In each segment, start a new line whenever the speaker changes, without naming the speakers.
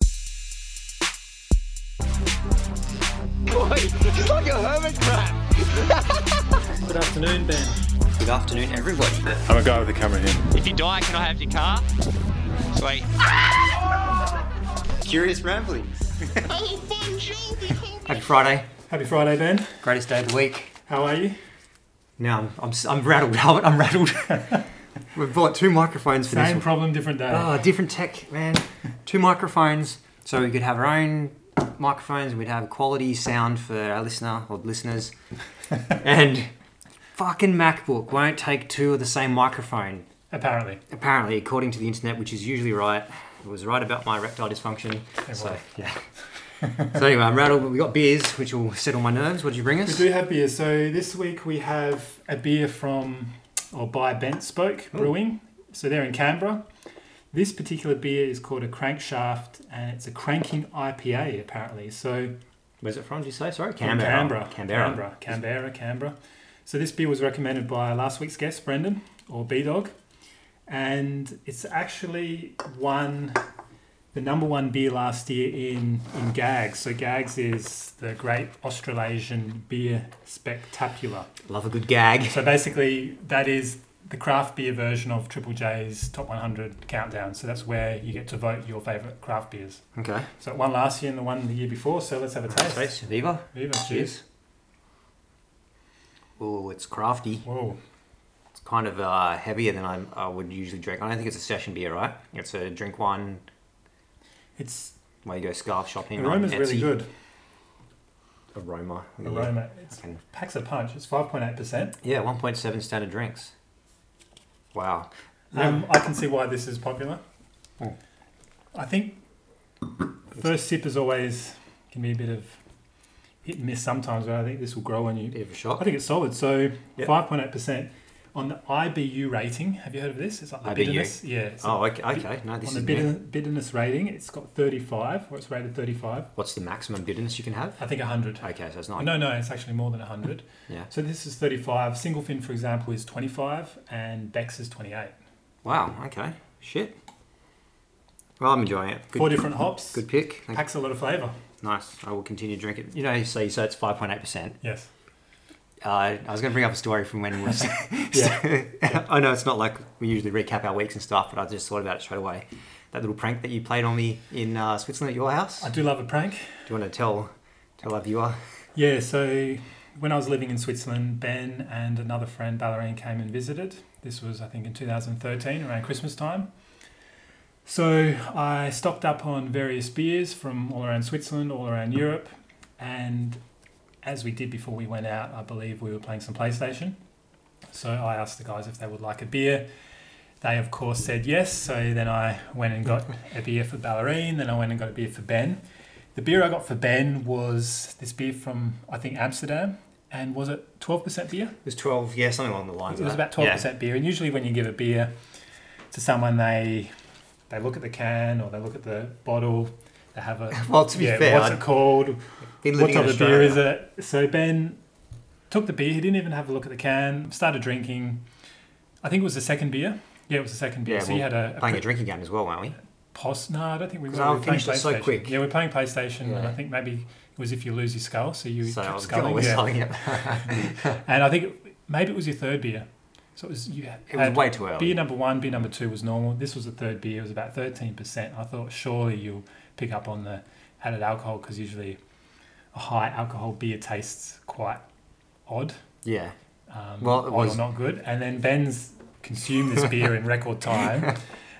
Boy, it's like a hermit crab.
Good afternoon, Ben.
Good afternoon, everybody.
I'm a guy with a camera here.
If you die, can I have your car?
Sweet. Curious ramblings. Happy Friday.
Happy Friday, Ben.
Greatest day of the week.
How are you?
Now I'm, I'm, s- I'm rattled, Albert. I'm rattled. We've bought two microphones for this
Same
one.
problem, different day.
Oh, different tech, man. Two microphones, so we could have our own microphones. We'd have quality sound for our listener or listeners. and fucking MacBook won't take two of the same microphone.
Apparently.
Apparently, according to the internet, which is usually right, it was right about my erectile dysfunction. So
was.
yeah. so anyway, I'm rattled. but We got beers, which will settle my nerves. What did you bring
We
us?
do have beers. So this week we have a beer from or by Bent Spoke Brewing. So they're in Canberra. This particular beer is called a crankshaft and it's a cranking IPA apparently. So
Where's it from? Did you say? Sorry,
from
Canberra.
Canberra. Canberra. Canberra. Canberra. So this beer was recommended by last week's guest, Brendan, or B Dog. And it's actually won the number one beer last year in, in Gags. So Gags is the great Australasian beer spectacular.
Love a good gag.
So basically, that is the craft beer version of Triple J's Top 100 Countdown. So that's where you get to vote your favourite craft beers.
Okay.
So it won last year and the one the year before. So let's have a taste.
Space. Viva.
Viva, cheers.
Cheers. Oh, it's crafty.
Whoa.
It's kind of uh, heavier than I'm, I would usually drink. I don't think it's a session beer, right? It's a drink one
It's
where you go scarf shopping.
The aroma's
on
really
Etsy.
good.
Aroma.
Aroma. It
Fucking-
packs a punch. It's 5.8%.
Yeah, 1.7 standard drinks. Wow.
Um, I can see why this is popular.
Mm.
I think first sip is always can be a bit of hit and miss sometimes, but I think this will grow on you.
Bit of a
I
shock.
think it's solid. So
Yep.
5.8%. On the IBU rating, have you heard of this? It's like the
IBU?
bitterness. Yeah. So
Oh, okay. okay. No, this
on the
is
bitter,
new.
bitterness rating, it's got 35, or it's rated 35.
What's the maximum bitterness you can have?
I think 100.
Okay, so it's not.
No, no, it's actually more than 100.
Yeah.
So this is 35. Single fin, for example, is 25, and Bex is 28.
Wow, okay. Shit. Well, I'm enjoying it.
Four
Good,
different hops.
good pick. Thank-
Packs a lot of flavour.
Nice. I will continue to drink it. You know, so you say it's 5.8%.
Yes.
Uh, I was going to bring up a story from when we was.
Yeah.
I know it's not like we usually recap our weeks and stuff, but I just thought about it straight away. That little prank that you played on me in uh, Switzerland at your house.
I
Do
do love a prank.
you want to tell tell our viewer?
Yeah, so when I was living in Switzerland, Ben and another friend, Ballerine, came and visited. This was, I think, in 2013, around Christmas time. So I stocked up on various beers from all around Switzerland, all around Europe, and as we did before we went out, I believe we were playing some PlayStation. So I asked the guys if they would like a beer. They, of course, said yes. So then I went and got a beer for Ballerine, then I went and got a beer for Ben. The beer I got for Ben was this beer from I think Amsterdam, and was it twelve percent beer?
It was 12, yeah, something along the lines
It
of
was
that.
about twelve percent beer. And usually when you give a beer to someone, they they look at the can or they look at the bottle. They have a
Yeah. Well, to be
yeah,
fair,
what's
I'd
it called?
been
What
living
type
in
of beer
Australia.
is it? So Ben took the beer. He didn't even have a look at the can. Started drinking. I think it was the second beer. Yeah, it was the second beer.
Yeah,
so
well,
you had a, a quick-
Playing a drinking game as well, weren't we?
Pos? No, I don't think we were. We
'Cause I
were playing
finished it so
PlayStation.
quick.
Yeah, we were playing PlayStation, and
Yeah.
I think maybe it was if you lose your skull, so you
so I
kept
was
sculling.
always
yeah.
selling it.
And I think it, maybe it was your third beer. So it was you had
It was way too
beer
early.
number one, beer number two was normal. This was the third beer. It was about thirteen percent. I thought surely you'll pick up on the added alcohol because usually a high alcohol beer tastes quite odd.
Yeah.
Um,
Well,
odd
it was-
or not good. And then Ben's consumed this beer in record time.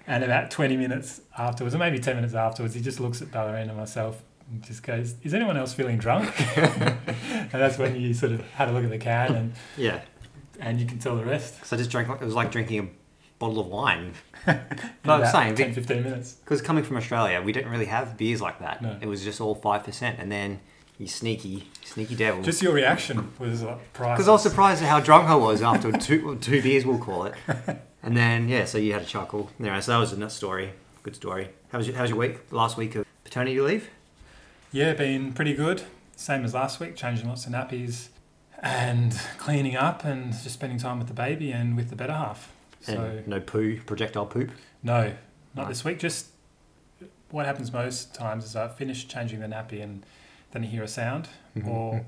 And about 20 minutes afterwards, or maybe 10 minutes afterwards, he just looks at Ballerina and myself and just goes, Is anyone else feeling drunk? and that's when you sort of had a look at the can and,
Yeah.
and you can tell the rest.
Because I just drank, like- it was like drinking a bottle of wine.
in
But I was
about
saying,
10, 15 minutes.
Because coming from Australia, we didn't really have beers like that.
No.
It was just all five percent, and then you sneaky, sneaky devil.
Just your reaction was like priceless.
Because I was surprised at how drunk I was after two two beers, we'll call it. And then yeah, so you had a chuckle. Anyway, so that was a nut story. Good story. How was your How was your week? Last week of paternity leave.
Yeah, been pretty good. Same as last week, changing lots of nappies and cleaning up and just spending time with the baby and with the better half.
And
So
no poo, projectile poop.
No, not
No.
this week. Just what happens most times is I finish changing the nappy and then I hear a sound or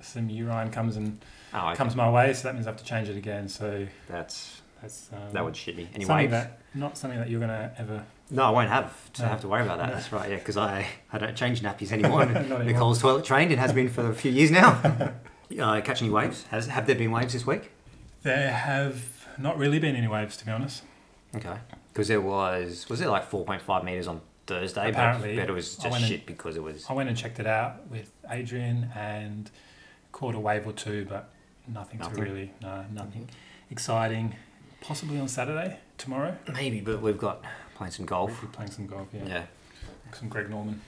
some urine comes and
Oh, Mm-hmm. okay.
comes my way, so that means I have to change it again. So
that's
that's um,
that would shit me. Anyway,
something that not something that you're gonna ever.
no, I won't have to
No.
have to worry about that. That's right. Yeah, because I I don't change nappies
Not
anymore.
anymore.
Nicole's toilet trained and has been for a few years now. uh, catch any waves? Has have there been waves this week?
There have not really been any waves, to be honest.
Okay, because there was was it like four point five meters on Thursday? but-
Apparently.
but, it was
I
just
went and-
shit because it was.
I went and checked it out with Adrian and caught a wave or two, but nothing,
Nothing.
to really, no, nothing exciting. Possibly on Saturday, tomorrow.
Maybe, but we've got playing some golf.
We'll be playing some golf, yeah.
Yeah,
Some Greg Norman.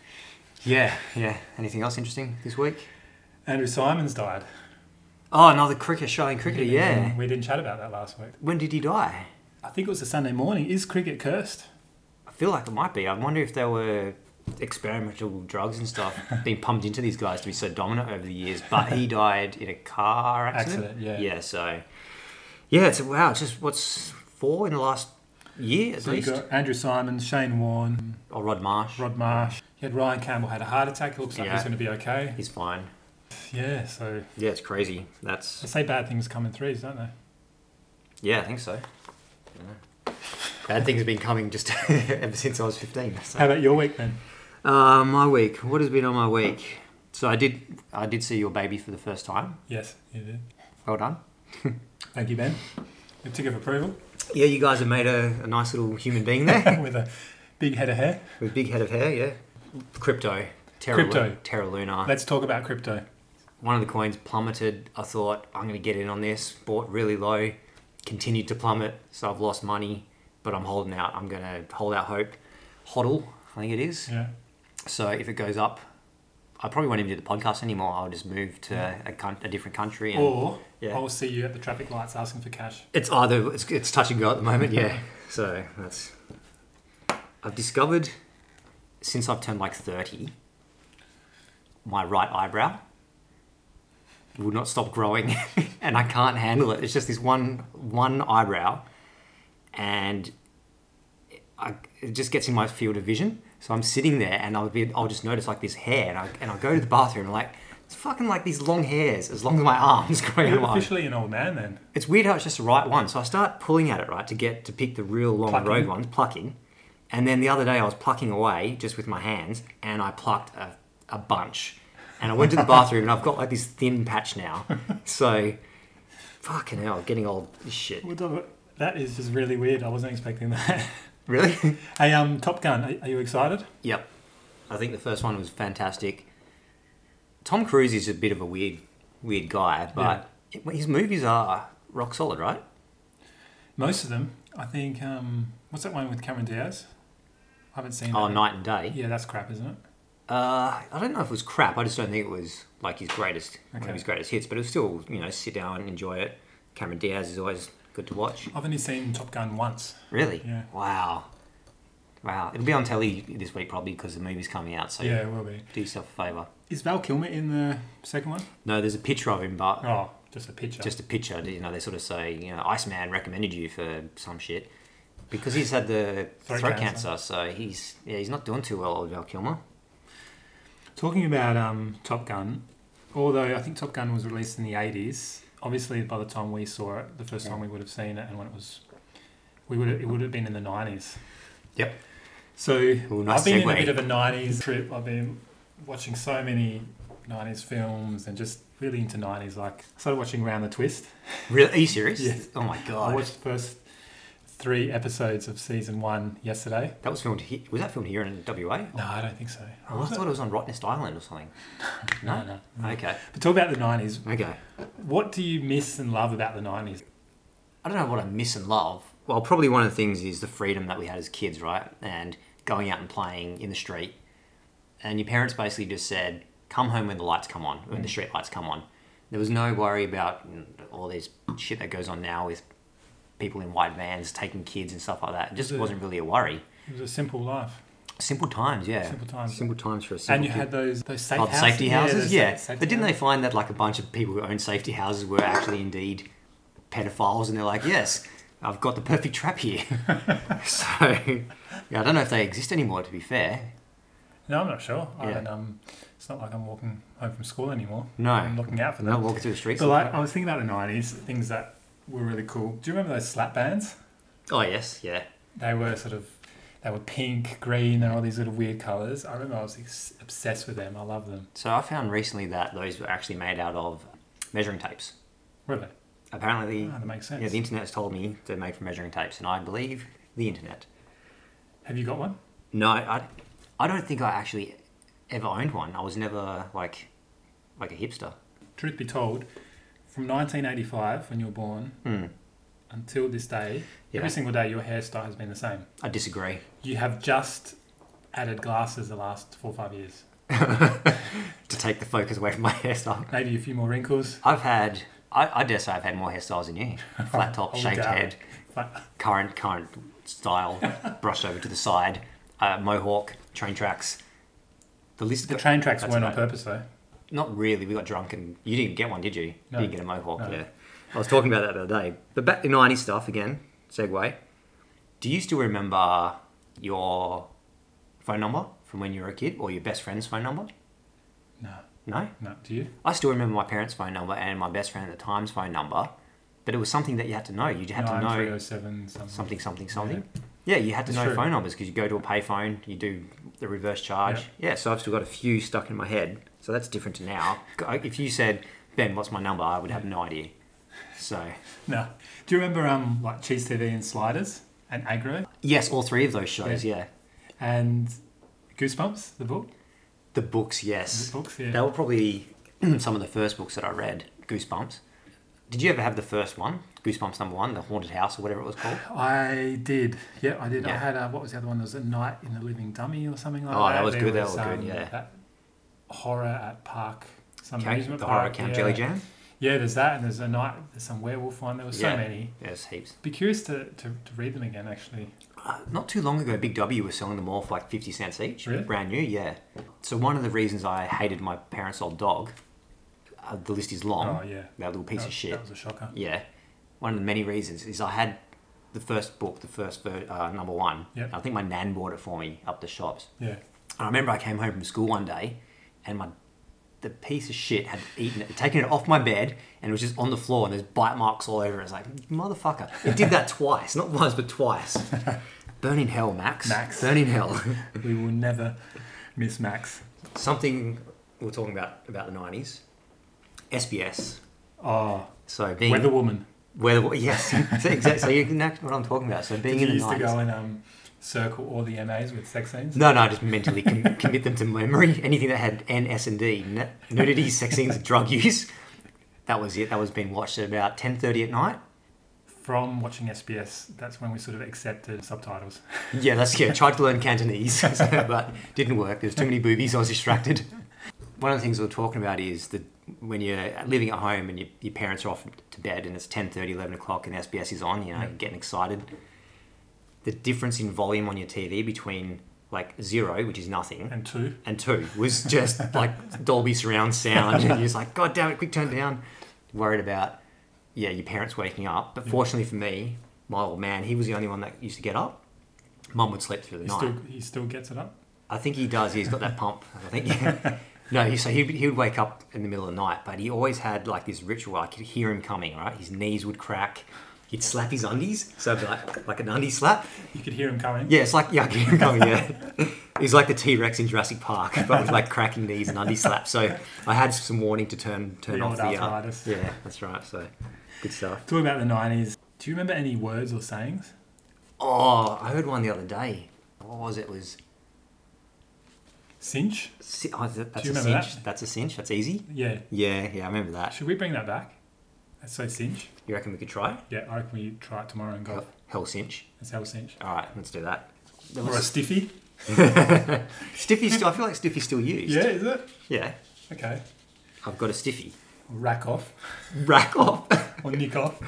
yeah, yeah. Anything else interesting this week?
Andrew Simons died.
Oh, another cricket, Australian cricketer.
We
Yeah.
didn't- We didn't chat about that last week.
When did he die?
I think it was a Sunday morning. Is cricket cursed?
I feel like it might be. I wonder if there were experimental drugs and stuff being pumped into these guys to be so dominant over the years. But he died in a car accident.
Accident, yeah.
Yeah. So, yeah, it's wow. It's just what's four in the last year at
So you
least.
got Andrew Simons, Shane Warne,
Or Rod Marsh.
Rod Marsh. You had Ryan Campbell had a heart attack. Looks like
Yeah.
he's going to be okay.
He's fine.
Yeah, so
Yeah, it's crazy.
they
That's
say bad things come in threes, don't they?
yeah, I think so. Yeah. Bad things have been coming just ever since I was fifteen. So.
How about your week then?
Uh, my week. What has been on my week? So I did. I did see your baby for the first time.
Yes, you did.
Well done.
Thank you, Ben. The tick of approval
Yeah, you guys have made a, a nice little human being there
with a big head of hair.
with big head of hair. Yeah, crypto. Terra
Crypto.
Terra Luna.
Let's talk about crypto.
One of the coins plummeted. I thought I'm going to get in on this. Bought really low. Continued to plummet, so I've lost money. But I'm holding out. I'm going to hold out hope. Hodl, I think it is.
Yeah.
So if it goes up, I probably won't even do the podcast anymore. I'll just move to a, coun- a different country. And
Or
Yeah.
I'll see you at the traffic lights asking for cash.
It's either it's, it's touch and go at the moment, yeah. so that's. I've discovered since I've turned like thirty, my right eyebrow will not stop growing, and I can't handle it. It's just this one one eyebrow, and I, it just gets in my field of vision. So I'm sitting there, and I'll be I'll just notice like this hair, and I and I go to the bathroom, and like it's fucking like these long hairs as long as my arms growing.
You're
out.
officially an old man then.
It's weird how it's just the right one. So I start pulling at it, right, to get to pick the real long
Plucking.
rogue ones, plucking. And then the other day I was plucking away just with my hands and I plucked a, a bunch. And I went to the bathroom and I've got like this thin patch now. So fucking hell, getting old as shit.
What the- That is just really weird. I wasn't expecting that.
Really?
hey, um, Top Gun, are, are you excited?
yep. I think the first one was fantastic. Tom Cruise is a bit of a weird, weird guy, but his movies are rock solid, right?
Most of them. I think, um, what's that one with Cameron Diaz? I haven't seen
Oh,
that.
night and day.
Yeah, that's crap, isn't it?
Uh, I don't know if it was crap. I just don't think it was like his greatest, one
Okay.
of his greatest hits. But it was still, you know, sit down and enjoy it. Cameron Diaz is always good to watch.
I've only seen Top Gun once.
Really?
Oh, Yeah.
Wow. Wow. It'll be on telly this week probably because the movie's coming out. So
Yeah, it will be.
do yourself a favour.
Is Val Kilmer in the second one?
No, there's a picture of him, but
Oh, just a picture.
Uh, just a picture. You know, they sort of say, you know, Iceman recommended you for some shit because he's had the
Throat
throat,
cancer.
cancer. So he's yeah, he's not doing too well, old Val Kilmer.
Talking about um, Top Gun, although I think Top Gun was released in the 80s, obviously by the time we saw it, the first time we would have seen it, and when it was, we would it would have been in the 90s.
Yep.
So
Ooh,
I've
nice
been in a
segue.
bit of a 90s trip. I've been watching so many 90s films and just really into 90s. Like, I started watching Round the Twist.
Really? Are you serious?
Yeah.
Oh my
I
god.
watched the first three episodes of season one yesterday.
that was filmed. He- was that filmed here in WA?
No, I don't think so.
Oh, I thought it was on Rottnest Island or something.
No, no.
Okay.
But talk about the 90s.
Mm. Okay.
What do you miss and love about the 90s?
I don't know what I miss and love. Well, probably one of the things is the freedom that we had as kids, right? And going out and playing in the street. And your parents basically just said, come home when the lights come on, when the street lights come on. There was no worry about mm, all this shit that goes on now with people in white vans taking kids and stuff like that. It just
Yeah.
wasn't really a worry.
It was a simple life.
Simple times, yeah.
Simple times.
Simple times for a simple
and you
kid.
had those those safe
Oh, the
houses.
safety houses,
those
yeah.
safe- safety
but didn't they
houses.
find that like a bunch of people who own safety houses were actually indeed pedophiles, and they're like, yes, I've got the perfect trap here. so, yeah, I don't know if they exist anymore. To be fair,
No, I'm not sure. I
Yeah.
haven't um, It's not like I'm walking home from school anymore. I'm
No,
looking out for
I'm not
them.
walking through the streets.
So like, I was thinking about the nineties, things that were really cool. Do you remember those slap bands?
oh yes, yeah.
They were sort of, they were pink, green, and all these little weird colors. I remember I was ex- obsessed with them. I love them.
So I found recently that those were actually made out of measuring tapes.
Were they?
Apparently,
Ah, that makes sense.
yeah, the internet's told me they're made from measuring tapes, and I believe the internet.
Have you got one?
No, I, I don't think I actually ever owned one. I was never like, like a hipster.
Truth be told, from 1985 when you were born
Hmm.
until this day,
Yeah,
every single day your hairstyle has been the same.
I disagree.
You have just added glasses the last four or five years.
To take the focus away from my hairstyle,
Maybe a few more wrinkles.
I've had. I, I dare say I've had more hairstyles than you. Flat top,
Oh,
shaved
darling.
head,
Flat-
current current style, brushed over to the side, uh, mohawk, train tracks. The list.
The
go-
train tracks
That's
weren't on
about it.
purpose though.
Not really. We got drunk and you didn't get one, did you?
No.
You didn't get a mohawk.
No.
Yeah. I was talking about that the other day. But back to '90s stuff again. Segue. Do you still remember your phone number from when you were a kid, or your best friend's phone number?
No,
No.
no. Do you?
I still remember my parents' phone number and my best friend at the time's phone number, but it was something that you had to know. You had
no,
to know
I'm 307 something.
something, something, something. Yeah, you had to
It's
know
true.
phone numbers because you go to a payphone, you do the reverse charge. Yeah. so I've still got a few stuck in my head. So that's different to now. I- If you said, Ben, what's my number? I would have no idea. So,
No. Do you remember um like Cheese TV and Sliders and Aggro
yes, all three of those shows, yeah.
and Goosebumps, the book?
The books,
The
yes.
books, yeah.
They were probably some of the first books that I read Goosebumps. Did you ever have the first one? Goosebumps number one, The Haunted House, or whatever it was called?
I did. Yeah, I did. I
Yeah.
had uh, what was the other one? There was a Night in the Living Dummy or something like
Oh,
that.
that was
There
good, that was good,
um,
yeah.
That horror at park. Some
Okay,
amusement
the Horror
park,
Camp
yeah.
Jelly Jam?
Yeah, there's that, and there's a night. There's some werewolf one. There were so
Yeah.
many.
Yes, heaps.
Be curious to, to, to read them again. Actually,
Uh, not too long ago, Big W was selling them all for like 50 cents each.
Really?
Brand new, yeah. So, one of the reasons I hated my parents' old dog, uh, the list is long,
oh yeah,
that little piece
that,
of shit.
That was a shocker.
Yeah. One of the many reasons is I had the first book, the first ver- uh, number one.
Yeah.
I think my nan bought it for me up the shops.
Yeah,
And I remember I came home from school one day and my the piece of shit had eaten it, taken it off my bed and it was just on the floor and there's bite marks all over it. It's like, motherfucker. It did that twice. Not once, but twice. Burn in hell, Max.
Max.
Burn in hell.
we will never miss Max.
Something we we're talking about about the nineties. SBS.
Oh,
So being
Weather Woman.
weather yes. so exactly so you can that's what I'm talking about. So being
Did
in
you
the
used to go
nineties.
and um, circle all the MAs with sex scenes?
No, no, I just mentally com- commit them to memory. Anything that had N, S, and D, n- nudity, sex scenes, drug use. That was it. That was being watched at about ten thirty at night.
From watching SBS, that's when we sort of accepted subtitles.
Yeah, that's yeah. Tried to learn Cantonese, but didn't work. There's too many boobies. I was distracted. One of the things we we're talking about is that when you're living at home and your, your parents are off to bed and it's 10.30, 11 o'clock and SBS is on, you know,
Yeah.
getting excited. The difference in volume on your TV between like zero, which is nothing,
And two,
and two was just like Dolby surround sound, and you're just like, God damn it, quick turn down. Worried about, yeah, your parents waking up. But
Yeah.
fortunately for me, my old man, he was the only one that used to get up. Mum would sleep through the
he
night.
still he still gets it up.
I think he does. He's got that pump. I think. no, he, so he he would wake up in the middle of the night, but he always had like this ritual. I could hear him coming. Right, his knees would crack. He'd slap his undies, so it'd be like like an undie slap.
You could hear him coming.
Yeah, it's like yeah, I can hear him coming. Yeah, he's like the T Rex in Jurassic Park, but with like cracking knees and undie slaps. So I had some warning to turn turn
The old
off the. Uh,
arthritis.
yeah, that's right. So good stuff.
Talking about the nineties. Do you remember any words or sayings?
Oh, I heard one the other day. What was it? It Was
Cinch.
si- oh, is that- that's
you
a
remember
cinch?
that?
That's a cinch. That's easy.
Yeah.
Yeah, yeah, I remember that.
Should we bring that back? That's so cinch.
You reckon we could try?
Yeah, I reckon we try it tomorrow and go.
Hell, hell cinch.
It's hell cinch.
All right, let's do that. There
Or a
was-
stiffy.
Stiffy's still. I feel like Stiffy's still used.
Yeah, is it?
Yeah.
Okay.
I've got a Stiffy.
Or rack off.
Rack off.
Or nick off.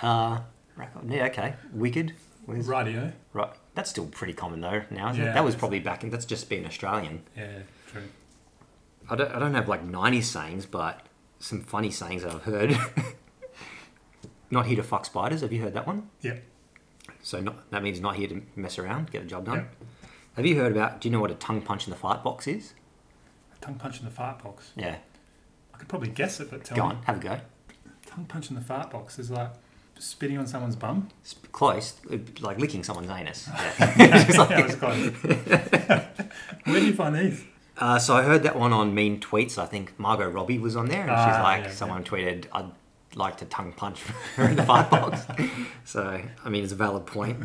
Uh, rack off. Yeah. Okay. Wicked. Where's
Radio.
Right. That's still pretty common though now, isn't it?
Yeah.
That was probably back in that's just being Australian.
Yeah, true.
I don't I don't have like nineties sayings, but some funny sayings that I've heard. not here to fuck spiders, have you heard that one?
Yeah.
So not that means not here to mess around, get the job done.
Yeah.
Have you heard about do you know what a tongue punch in the fart box is?
Tongue punch in the fart box.
Yeah.
I could probably guess it, but tell
Go
me.
on, have a go.
Tongue punch in the fart box is like spitting on someone's bum.
It's close, it'd be like licking someone's anus. Yeah. Just
yeah,
like-
it was close. Where do you find these?
uh, so I heard that one on Mean Tweets. I think Margot Robbie was on there, and she's
Ah,
like,
yeah,
someone tweeted, "I'd like to tongue punch her in the fart box." so I mean, it's a valid point.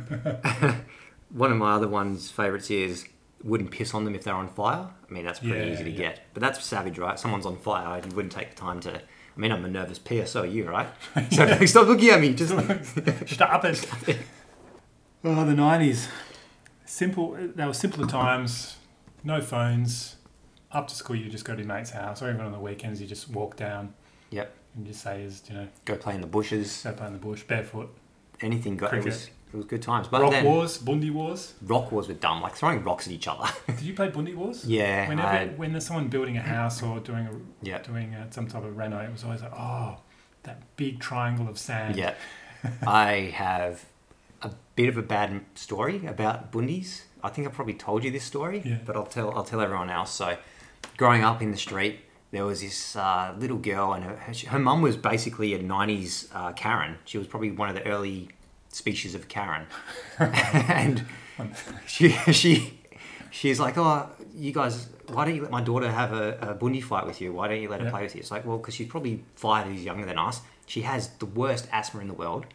one of my other ones' favorites is wouldn't piss on them if they're on fire. I mean, that's pretty
Yeah,
easy to
yeah.
get, but that's savage, right? Someone's on fire, you wouldn't take the time to. I mean, I'm a nervous peer, so are you, right? So stop looking at me. Just
Stop it. Oh, the nineties. Simple. They were simpler times. No phones. After school, you just go to your mate's house, or even on the weekends, you just walk down.
Yep.
And just say, "Is you know,
go play in the bushes.
step out in the bush, barefoot."
Anything got it
Cricket.
was, it was good times. But
rock
then
wars, Bundy wars.
rock wars were dumb, like throwing rocks at each other.
Did you play Bundy wars?
yeah,
Whenever
I-
when there's someone building a house or doing a
yeah,
doing uh some type of reno, it was always like, "Oh, that big triangle of sand."
yeah. I have a bit of a bad m- story about bundies. I think I probably told you this story,
Yeah.
but I'll tell I'll tell everyone else. So, growing up in the street, there was this uh, little girl, and her her, she- her mum was basically a '90s uh, Karen. She was probably one of the early species of Karen, and she she she's like, oh, you guys, why don't you let my daughter have a, a bundi fight with you? Why don't you let her
Yeah.
play with you? It's like, well, because she's probably five years younger than us. She has the worst asthma in the world,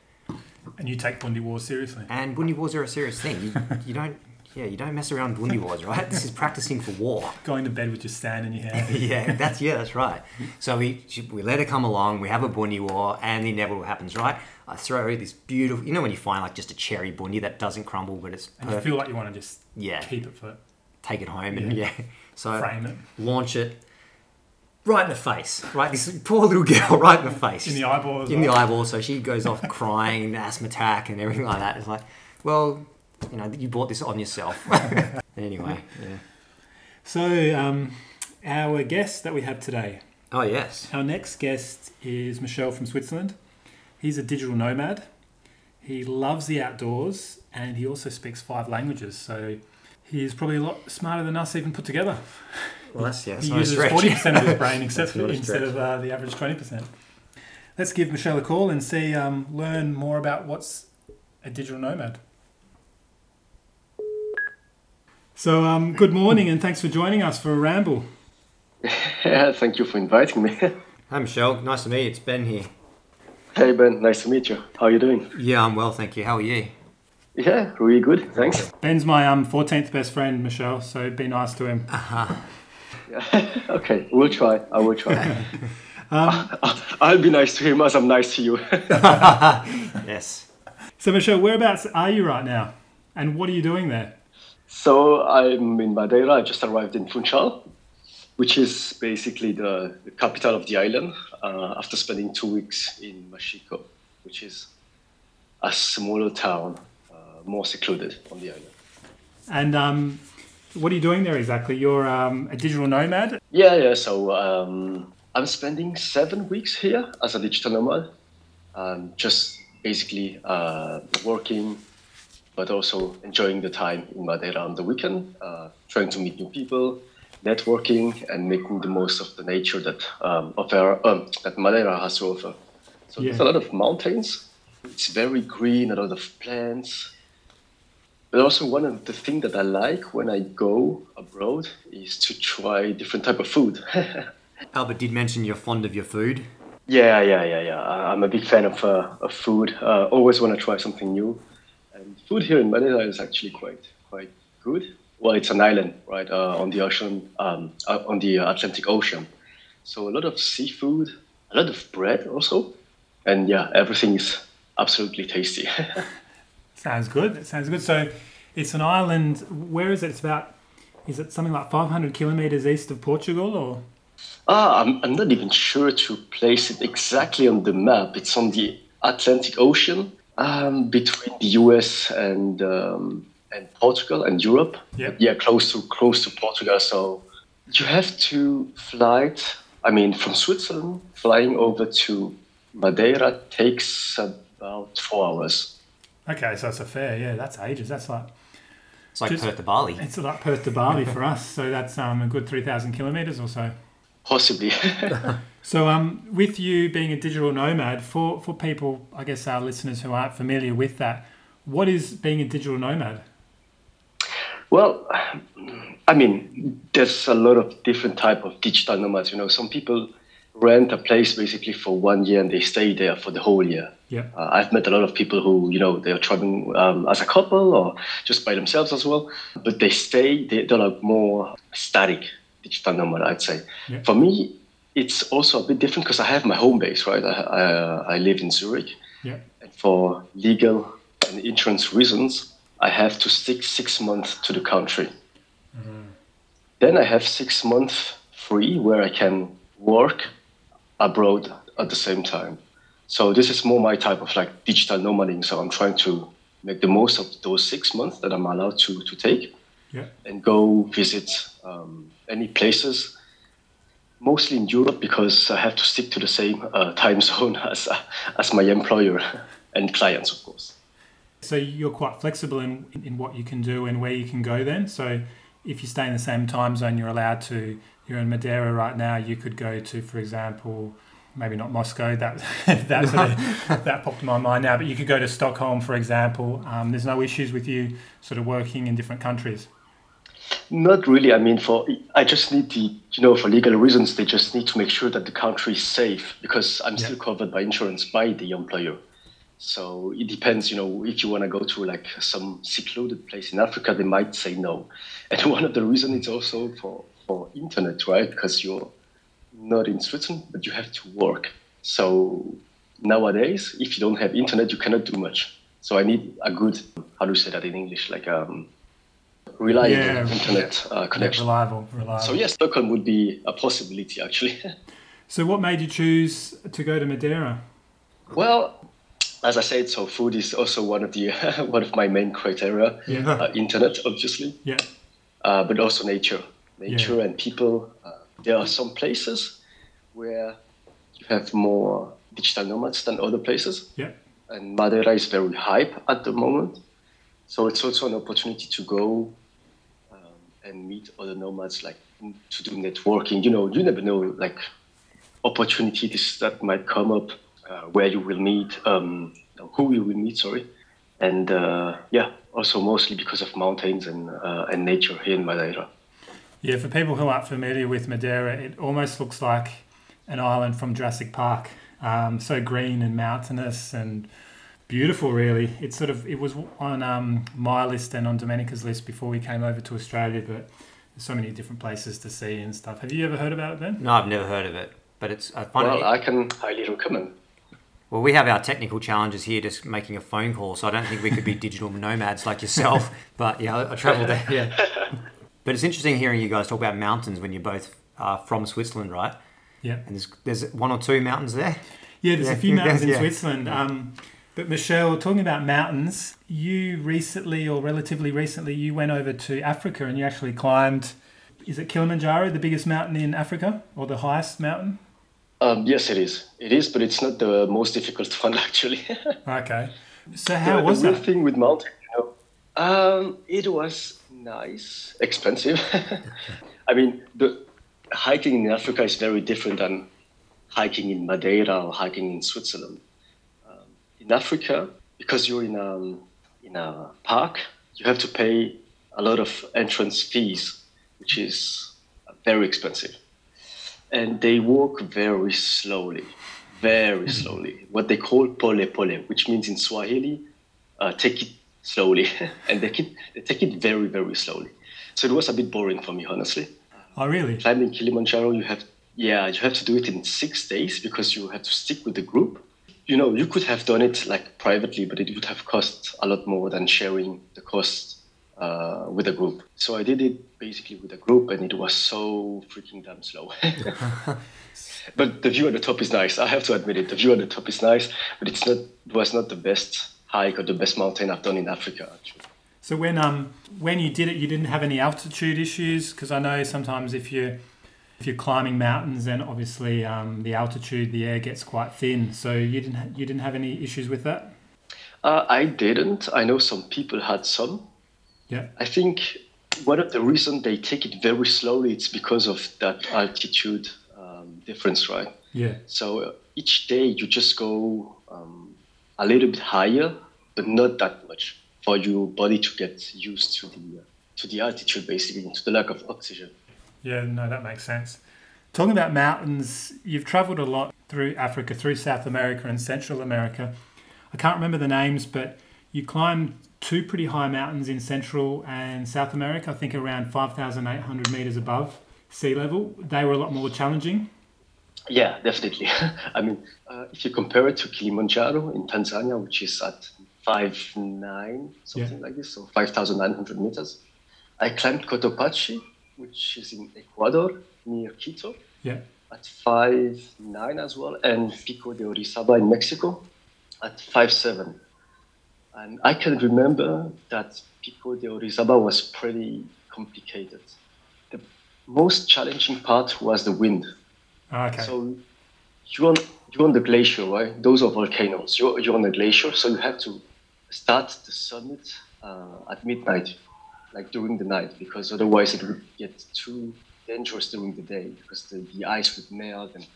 And you take Bundy wars seriously.
and bundi wars are a serious thing. You, you don't, yeah, you don't mess around with bundi wars, right? This is practicing for war.
Going to bed with just sand in your hair.
yeah, that's yeah, that's right. So we she, we let her come along. We have a bundi war, and the inevitable happens, right? I throw her this beautiful, you know, when you find like just a cherry bundi that doesn't crumble, but it's
And you
perfect.
feel like you want to just
Yeah,
keep it for
take it home, and yeah. So
frame it
launch it right in the face, right? This poor little girl right in the face.
in the eyeball. As
In the
well.
eyeball. So she goes off crying, an asthma attack, and everything like that. It's like, well, you know, you bought this on yourself. anyway, yeah.
So, um, our guest that we have today,
Oh, yes.
our next guest is Michel from Switzerland. He's a digital nomad. He loves the outdoors and he also speaks five languages. So, he is probably a lot smarter than us even put together.
Well, that's, yeah,
he
so
uses
stretch.
forty percent of his brain, except
That's not a
instead
stretch.
of uh, the average twenty percent. Let's give Michelle a call and see, um, learn more about what's a digital nomad. So, um, good morning, and thanks for joining us for a ramble.
Yeah, thank you for inviting me.
Hi, Michelle. Nice to meet you. It's Ben here.
hey Ben, nice to meet you. How are you doing?
Yeah, I'm well, thank you. How are you?
Yeah, really good. Thanks.
Ben's my um, 14th best friend, Michelle, so be nice to him.
Okay, we'll try. I will try. I'll be nice to him as I'm nice to you.
Yes.
So, Michelle, whereabouts are you right now? And what are you doing there?
so I'm in Madeira. I just arrived in Funchal, which is basically the, the capital of the island. Uh, after spending two weeks in Machico, which is a smaller town, uh, more secluded on the island.
And um, what are you doing there exactly? You're um, a digital nomad.
Yeah, yeah. So um, I'm spending seven weeks here as a digital nomad, um, just basically uh, working, but also enjoying the time in Madeira on the weekend, uh, trying to meet new people, networking, and making the most of the nature that um, offer um, that Madeira has to offer. So there's
Yeah.
a lot of mountains. It's very green, a lot of plants. But also one of the things that I like when I go abroad is to try different type of food.
Albert did mention you're fond of your food.
yeah, yeah, yeah, yeah. I- I'm a big fan of, uh, of food. Uh, always want to try something new. And food here in Manila is actually quite quite good. Well, it's an island, right, uh, on the ocean, um, uh, on the Atlantic Ocean. So a lot of seafood, a lot of bread also, and yeah, everything is absolutely tasty.
Sounds good. That sounds good. So it's an island. Where is it? It's about. Is it something like 500 kilometers east of Portugal, or
Ah, I'm, I'm not even sure to place it exactly on the map. It's on the Atlantic Ocean um, between the US and um, and Portugal and Europe.
Yep.
Yeah, close to close to Portugal. So you have to fly. It, I mean, from Switzerland, flying over to Madeira takes about four hours.
okay, so it's a fair. Yeah, that's ages. That's like
It's like
Just-
Perth to Bali.
It's like Perth to Bali for us, so that's um, a good 3,000 kilometres or so.
Possibly.
So, um, with you being a digital nomad, for, for people, I guess our listeners who aren't familiar with that, what is being a digital nomad?
Well, I mean, there's a lot of different type of digital nomads. You know, some people rent a place basically for one year and they stay there for the whole year.
Yeah.
Uh, I've met a lot of people who, you know, they're traveling um, as a couple or just by themselves as well, but they stay. They, they're like more static digital nomad, I'd say.
Yeah.
For me, it's also a bit different because I have my home base, right? I, I, I live in Zurich,
Yeah.
and for legal and insurance reasons, I have to stick six months to the country. Then I have six months free where I can work abroad at the same time. So this is more my type of like digital nomading. So I'm trying to make the most of those six months that I'm allowed to, to take
Yeah.
and go visit um, any places, mostly in Europe because I have to stick to the same uh, time zone as uh, as my employer and clients, of course.
So, you're quite flexible in, in what you can do and where you can go then. So, if you stay in the same time zone, you're allowed to, you're in Madeira right now, you could go to, for example, maybe not Moscow, that, that, sort of, that popped in my mind now, but you could go to Stockholm, for example. Um, there's no issues with you sort of working in different countries.
Not really. I mean, for I just need the you know for legal reasons they just need to make sure that the country is safe because I'm still covered by insurance by the employer. So it depends, you know, if you want to go to like some secluded place in Africa, they might say no. And one of the reasons is also for for internet, right? Because you're not in Switzerland, but you have to work. So nowadays, if you don't have internet, you cannot do much. So I need a good how do you say that in English? Like um, reliable
Yeah.
internet uh,
Yeah,
connection.
reliable, reliable.
So yes, Stockholm would be a possibility actually.
So, what made you choose to go to Madeira?
well, as I said, so food is also one of the one of my main criteria.
Yeah.
Uh, internet, obviously,
Yeah,
uh, but also nature, nature and people. Uh, there are some places where you have more digital nomads than other places,
yeah,
and Madeira is very hype at the moment. So it's also an opportunity to go um, and meet other nomads, like to do networking. You know, you never know, like opportunities that might come up, uh, where you will meet, um, who you will meet. Sorry, and uh, yeah, also mostly because of mountains and uh, and nature here in Madeira.
yeah. For people who aren't familiar with Madeira, it almost looks like an island from Jurassic Park. Um, so green and mountainous and beautiful, really. It's sort of it was on um, my list and on Domenica's list before we came over to Australia, but there's so many different places to see and stuff. Have you ever heard about it, Ben?
No, I've never heard of it, but it's I find
Well,
it,
I can highly recommend.
well, we have our technical challenges here, just making a phone call. So I don't think we could be digital nomads like yourself. But yeah, I, I travelled there. Yeah. But it's interesting hearing you guys talk about mountains when you're both uh, from Switzerland, right?
Yeah.
And there's, there's one or two mountains there.
Yeah, there's
Yeah,
a few mountains in
yeah.
Switzerland. Um, but Michelle, talking about mountains, you recently or relatively recently, you went over to Africa and you actually climbed. Is it Kilimanjaro, the biggest mountain in Africa, or the highest mountain?
Um, yes, it is. It is, but it's not the most difficult one actually.
Okay. So
Yeah,
how was
the weird
that?
thing with mountain, you know, um, it was nice, expensive. I mean, the hiking in Africa is very different than hiking in Madeira or hiking in Switzerland. Um, in Africa, because you're in a in a park, you have to pay a lot of entrance fees, which is very expensive and they walk very slowly, very
Hmm.
slowly. What they call pole pole, which means in Swahili, uh, take it slowly, and they, keep, they take it very very slowly. So it was a bit boring for me, honestly.
Oh, really?
Climbing Kilimanjaro, you have yeah, you have to do it in six days because you have to stick with the group. You know, you could have done it like privately, but it would have cost a lot more than sharing the cost uh, with a group. So I did it basically with a group, and it was so freaking damn slow. But the view at the top is nice. I have to admit it. The view at the top is nice, but it's not it was not the best hike or the best mountain I've done in Africa. Actually,
So when um when you did it, you didn't have any altitude issues because I know sometimes if you if you're climbing mountains, then obviously um, the altitude, the air gets quite thin. So you didn't ha- you didn't have any issues with that.
uh, I didn't. I know some people had some,
Yeah.
I think one of the reasons they take it very slowly it's because of that altitude um, difference, right?
Yeah.
So uh, each day you just go um, a little bit higher, but not that much for your body to get used to the uh, to the altitude, basically, and to the lack of oxygen.
Yeah, no, that makes sense. Talking about mountains, you've traveled a lot through Africa, through South America and Central America. I can't remember the names, but you climbed two pretty high mountains in Central and South America, I think around 5,800 meters above sea level. They were a lot more challenging.
Yeah, definitely. I mean, uh, if you compare it to Kilimanjaro in Tanzania, which is at five nine something like this, so five thousand nine hundred meters, I climbed Cotopaxi, which is in Ecuador near Quito,
Yeah.
at five nine as well, and Pico de Orizaba in Mexico at five seven. And I can remember that Pico de Orizaba was pretty complicated. The most challenging part was the wind.
Ah, Okay.
So you're on, you're on the glacier, right? Those are volcanoes. You're, you're on the glacier, so you have to start the summit uh, at midnight, like during the night, because otherwise it would get too dangerous during the day because the, the ice would melt and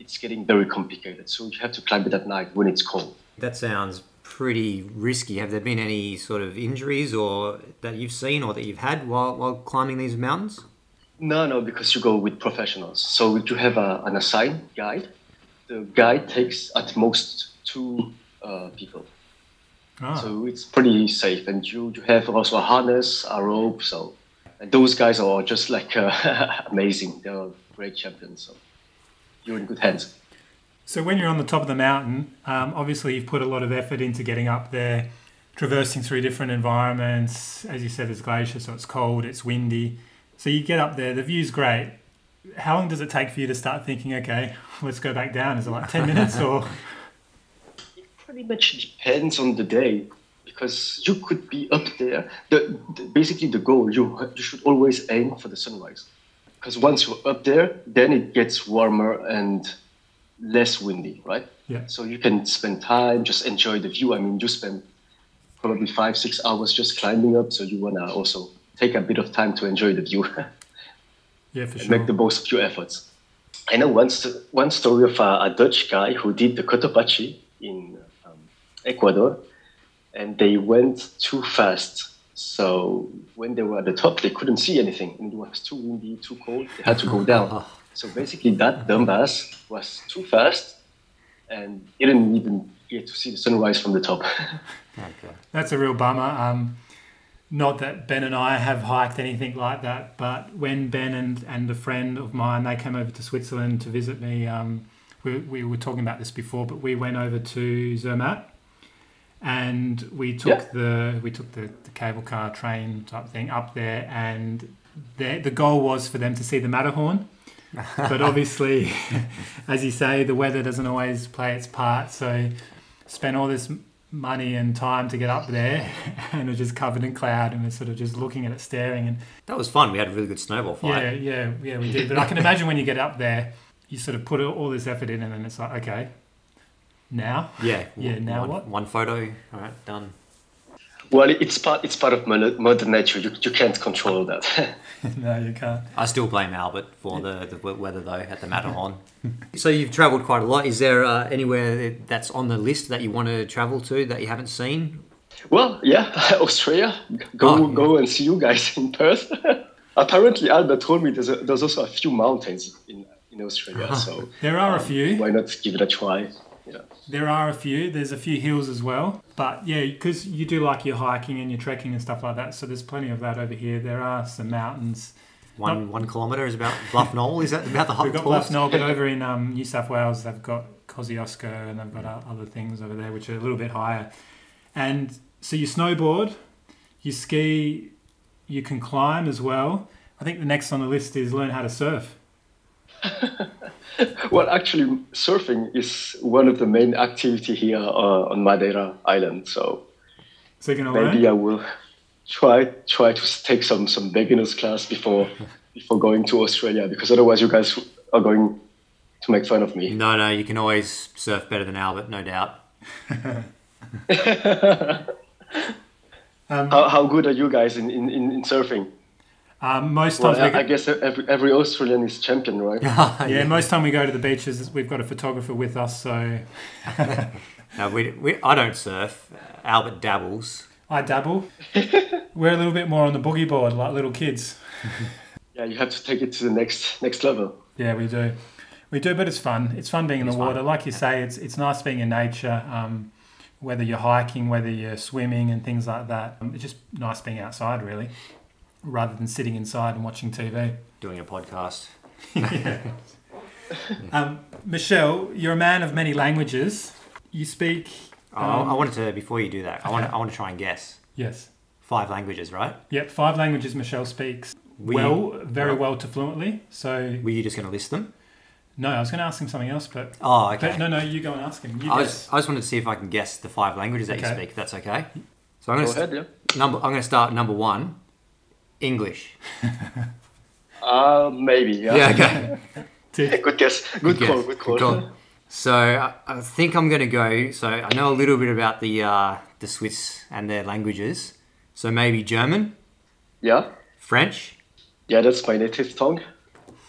it's getting very complicated. So you have to climb it at night when it's cold.
That sounds pretty risky. Have there been any sort of injuries or that you've seen or that you've had while, while climbing these mountains?
No, no, because you go with professionals. So you have a, an assigned guide. The guide takes at most two uh, people.
Ah,
So it's pretty safe, and you, you have also a harness, a rope. So, and those guys are just like uh, amazing. They're great champions. So, you're in good hands.
So when you're on the top of the mountain, um, obviously you've put a lot of effort into getting up there, traversing through different environments. As you said, there's glaciers, so it's cold, it's windy. So you get up there, the view's great. How long does it take for you to start thinking, okay, let's go back down? Is it like 10 minutes or?
It pretty much depends on the day, because you could be up there. The, the basically the goal you you should always aim for the sunrise, because once you're up there, then it gets warmer and less windy, right?
Yeah.
So you can spend time, just enjoy the view. I mean, you spend probably five, six hours just climbing up, so you wanna also take a bit of time to enjoy the view and
Yeah, for
make the most of your efforts. I know one, st- one story of a, a Dutch guy who did the Cotopaxi in um, Ecuador, and they went too fast. So when they were at the top, they couldn't see anything, and it was too windy, too cold. They had to go down. So basically, that dumbass was too fast, and didn't even get to see the sunrise from the top.
Okay.
That's a real bummer. Um, not that Ben and I have hiked anything like that, but when Ben and, and a friend of mine they came over to Switzerland to visit me, um, we, we were talking about this before, but we went over to Zermatt and we took
Yeah.
the we took the, the cable car train type thing up there, and the the goal was for them to see the Matterhorn. but obviously, as you say, the weather doesn't always play its part. So, spent all this money and time to get up there and it was just covered in cloud and we're sort of just looking at it staring and
That was fun. We had a really good snowball fight.
yeah yeah yeah we did but i can imagine when you get up there you sort of put all this effort in and then it's like okay now
Yeah.
Yeah, now
one,
what?
One photo. All right, done.
well, it's part it's part of mon- modern nature. You, you can't control that.
no you can't
I still blame Albert for the, the we- weather though at the Matterhorn. so you've travelled quite a lot. Is there uh, anywhere that's on the list that you want to travel to that you haven't seen?
Well, yeah, Australia. Go,
Oh, yeah.
go and see you guys in Perth. Apparently, Albert told me there's, a, there's also a few mountains in, in Australia, so
there are a few
why not give it a try? Yeah.
There are a few. There's a few hills as well. But yeah, because you do like your hiking and your trekking and stuff like that. So there's plenty of that over here. There are some mountains.
One one kilometre is about Bluff Knoll. Is that about the
We've got
height
Bluff Knoll, but over in um, New South Wales, they've got Kosciuszko and they've got o- other things over there which are a little bit higher. And so you snowboard, you ski, you can climb as well. I think the next on the list is learn how to surf.
Well, actually, surfing is one of the main activity here uh, on Madeira Island, so
So you're going to learn.
maybe I will try try to take some some beginners class before before going to Australia, because otherwise you guys are going to make fun of me.
No, no, you can always surf better than Albert, no doubt.
Um,
How, how good are you guys in, in, in in surfing?
uh, most
Well,
times we
I, I
go,
guess e-, every, every Australian is champion, right?
yeah, most time we go to the beaches. We've got a photographer with us, so
No, we, we, I don't surf. Albert dabbles.
I dabble. We're a little bit more on the boogie board, like little kids.
Yeah, you have to take it to the next next level.
Yeah, we do. We do, but it's fun. It's fun being in
It's
the
fun.
water. Like you say, it's it's nice being in nature, um, whether you're hiking, whether you're swimming, and things like that. Um, It's just nice being outside, really, rather than sitting inside and watching TV.
Doing a podcast.
Um, Michelle, you're a man of many languages. You speak.
I,
Um,
I wanted to before you do that. I want to, I want to try and guess
Yes.
five languages, right?
Yep, five languages Michelle speaks
We-
well, very well to fluently. So,
Were you just going to list them?
no, I was going to ask him something else, but,
Oh, okay.
but no, no, you go and ask him. You
I,
guess.
just, I just wanted to see if I can guess the five languages that you
Okay.
speak. If that's okay. So I'm going
Go
to
ahead, yeah.
number. I'm going to start number one. English.
Uh, maybe, yeah.
Yeah. Okay.
Yeah, good guess. Good
Yes,
call, good call.
So I, I think I'm going to go. So I know a little bit about the uh, the Swiss and their languages. So maybe German,
Yeah,
French.
yeah, that's my native tongue.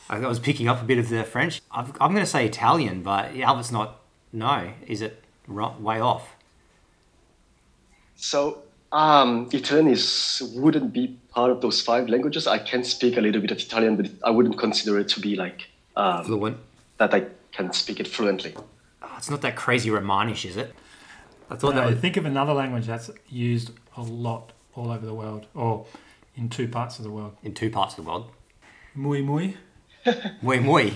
I I was picking up a bit of the French. I've, I'm going to say Italian, but Albert's not. No, is it ro- way off?
So, um, Italian is, wouldn't be part of those five languages. I can speak a little bit of Italian, but I wouldn't consider it to be like um,
Fluent.
that I can speak it fluently.
Oh, it's not that crazy Romanish, is it? I thought
No,
that was
think of another language that's used a lot all over the world or in two parts of the world.
in two parts of the world.
Muy, muy,
Muy muy.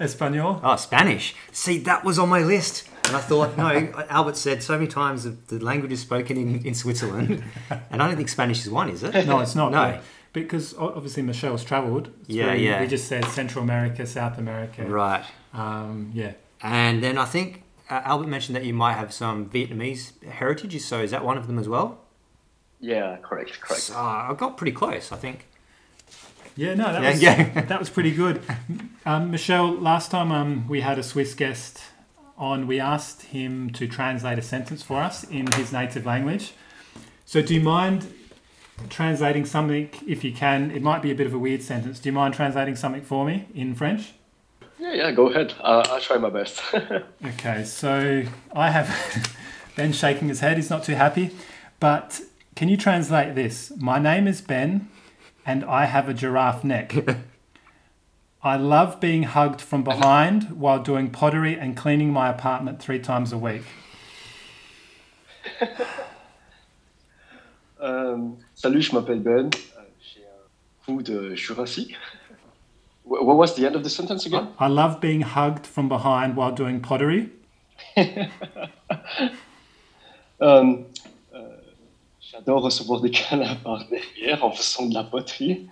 Espanol.
Oh, Spanish. See, that was on my list. And I thought, no, Albert said so many times that the language is spoken in, in Switzerland. And I don't think Spanish is one, is it?
No, it's not.
No.
Because o- obviously Michelle's travelled. It's
Yeah,
very-
yeah.
We just said Central America, South America.
Right.
Um, yeah.
And then I think uh, Albert mentioned that you might have some Vietnamese heritage. So is that one of them as well?
Yeah, correct, correct.
So, I got pretty close, I think.
Yeah, no, that
Yeah,
was
yeah.
that was pretty good. Um, Michelle, last time um, we had a Swiss guest on, we asked him to translate a sentence for us in his native language. So, do you mind translating something if you can? It might be a bit of a weird sentence. Do you mind translating something for me in French?
Yeah, yeah, go ahead. Uh, I'll try my best.
Okay, so I have Ben shaking his head. He's not too happy. But can you translate this? My name is Ben, and I have a giraffe neck. I love being hugged from behind while doing pottery and cleaning my apartment three times a week.
Euh, salut, je m'appelle Ben. Euh, J'ai un coup de Jurassic. Wh- What was the end of the sentence again?
I love being hugged from behind while doing pottery.
Um, euh, J'adore recevoir des câlins par derrière en faisant de la poterie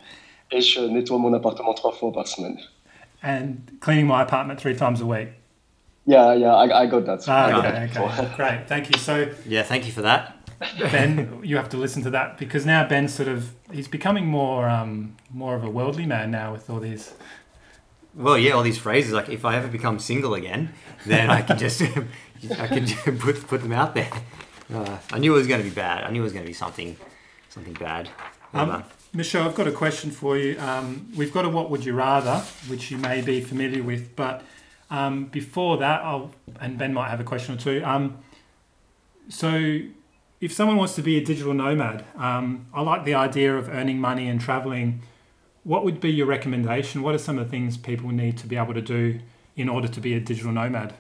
et je nettoie mon appartement trois fois par semaine.
And cleaning my apartment three times a week.
Yeah, yeah, I, I got that. I
Ah,
got
okay,
that.
okay. Great. Thank you. So,
Yeah, thank you for that.
Ben, you have to listen to that because now Ben's sort of he's becoming more um, more of a worldly man now with all these.
Well, yeah, all these phrases. Like, if I ever become single again, then I can just I can just put put them out there. Uh, I knew it was going to be bad. I knew it was going to be something something bad.
Um, Michelle, I've got a question for you. Um, we've got a what would you rather, which you may be familiar with, but um, before that, I'll and Ben might have a question or two. Um, so, if someone wants to be a digital nomad, um, I like the idea of earning money and traveling. What would be your recommendation? What are some of the things people need to be able to do in order to be a digital nomad?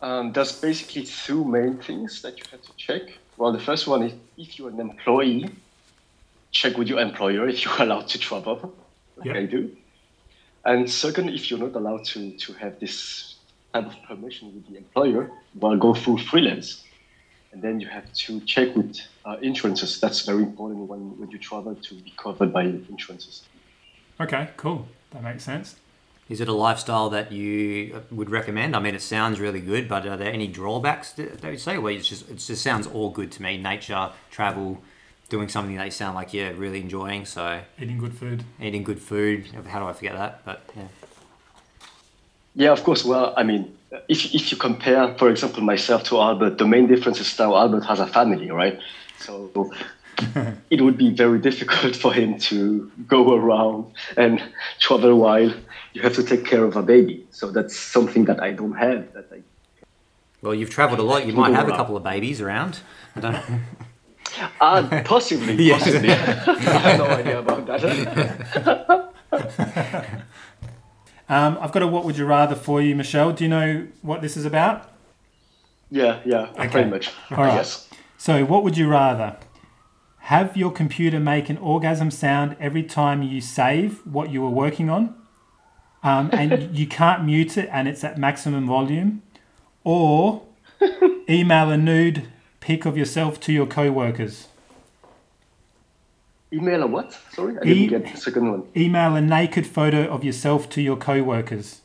Um, there's basically two main things that you have to check. Well, the first one is if you're an employee, check with your employer if you're allowed to travel, like
Yeah.
I do. And second, if you're not allowed to, to have this type of permission with the employer, well, go through freelance. And then you have to check with uh, insurances. That's very important when, when you travel to be covered by insurances.
Okay, cool. That makes sense.
Is it a lifestyle that you uh, would recommend? I mean, it sounds really good, but are there any drawbacks that that you say? Well, it's just it just sounds all good to me. Nature, travel, doing something that you sound like you're really enjoying. So
Eating good food.
eating good food. How do I forget that? But yeah,
Yeah, of course. Well, I mean, if, if you compare, for example, myself to Albert, the main difference is now Albert has a family, right? So it would be very difficult for him to go around and travel while you have to take care of a baby. So that's something that I don't have. That I
Well, you've travelled a lot. You might have a couple of babies around. I don't
Uh, possibly,
Yeah.
possibly. I have no idea about that.
Um, I've got a what would you rather for you, Michelle. Do you know what this is about?
yeah, yeah, pretty much.
All right.
Yes.
So, what would you rather? Have your computer make an orgasm sound every time you save what you were working on, um, and you can't mute it and it's at maximum volume, or email a nude pic of yourself to your co-workers.
Email or what? Sorry, I
E-
didn't get the second one.
Email a naked photo of yourself to your co-workers.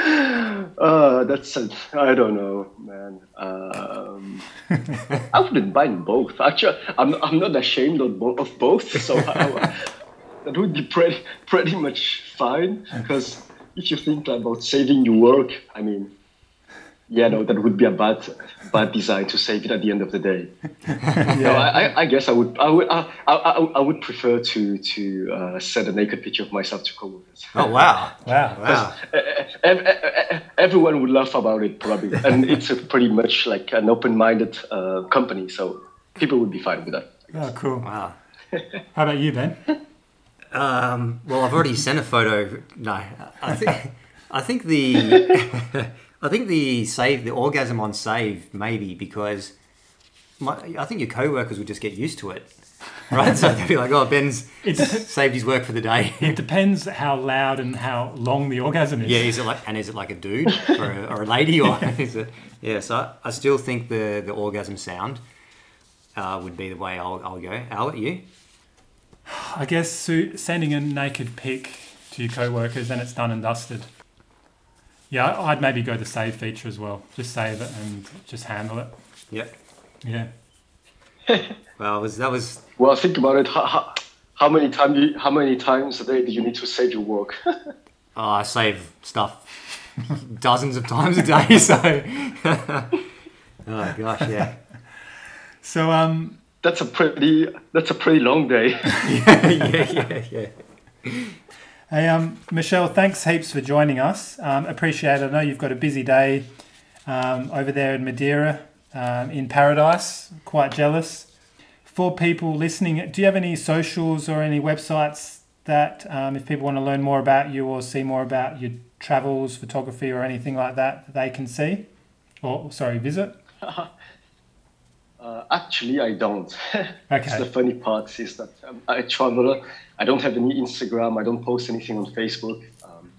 Uh, that's a, I don't know, man. Um, I wouldn't mind both. Actually, I'm, I'm not ashamed of, bo- of both, so I, that would be pretty pretty much fine. Because if you think about saving your work, I mean, yeah, no, that would be a bad bad design to save it at the end of the day. No, I, I, I guess I would I would I, I, I I would prefer to to uh, send a naked picture of myself to coworkers.
Oh wow!
Wow.
Wow.
Ev- ev- ev- everyone would laugh about it probably and it's a pretty much like an open-minded uh, company so people would be fine with that
Oh, cool.
Wow.
How about you, Ben?
Um, well, I've already sent a photo. No, I think I think the I think the save the orgasm on save maybe because my, I think your co-workers would just get used to it, right? so they'd be like, "Oh, Ben's
It's-
saved his work for the day."
It depends how loud and how long the orgasm is.
Yeah, is it like and is it like a dude or a, or a lady or is it? Yeah, so I, I still think the the orgasm sound uh, would be the way I'll, I'll go. Albert, you?
I guess su- sending a naked pic to your co-workers and it's done and dusted. Yeah, I- I'd maybe go the save feature as well. Just save it and just handle it.
Yep.
Yeah.
Well, it was that was
well think about it how, how, how many times you, how many times a day do you need to save your work
oh, I save stuff dozens of times a day. So, oh gosh, yeah,
So um,
that's a pretty that's a pretty long day
yeah, yeah, yeah.
hey um, Michelle, thanks heaps for joining us. Um, appreciate it. I know you've got a busy day um, over there in Madeira, um, in paradise. Quite jealous. For people listening, do you have any socials or any websites that, um, if people want to learn more about you or see more about your travels, photography, or anything like that, that they can see? Or, sorry, visit?
uh, actually i don't That's the
Okay.
funny part is that um, I travel. I don't have any Instagram. I don't post anything on Facebook. Um,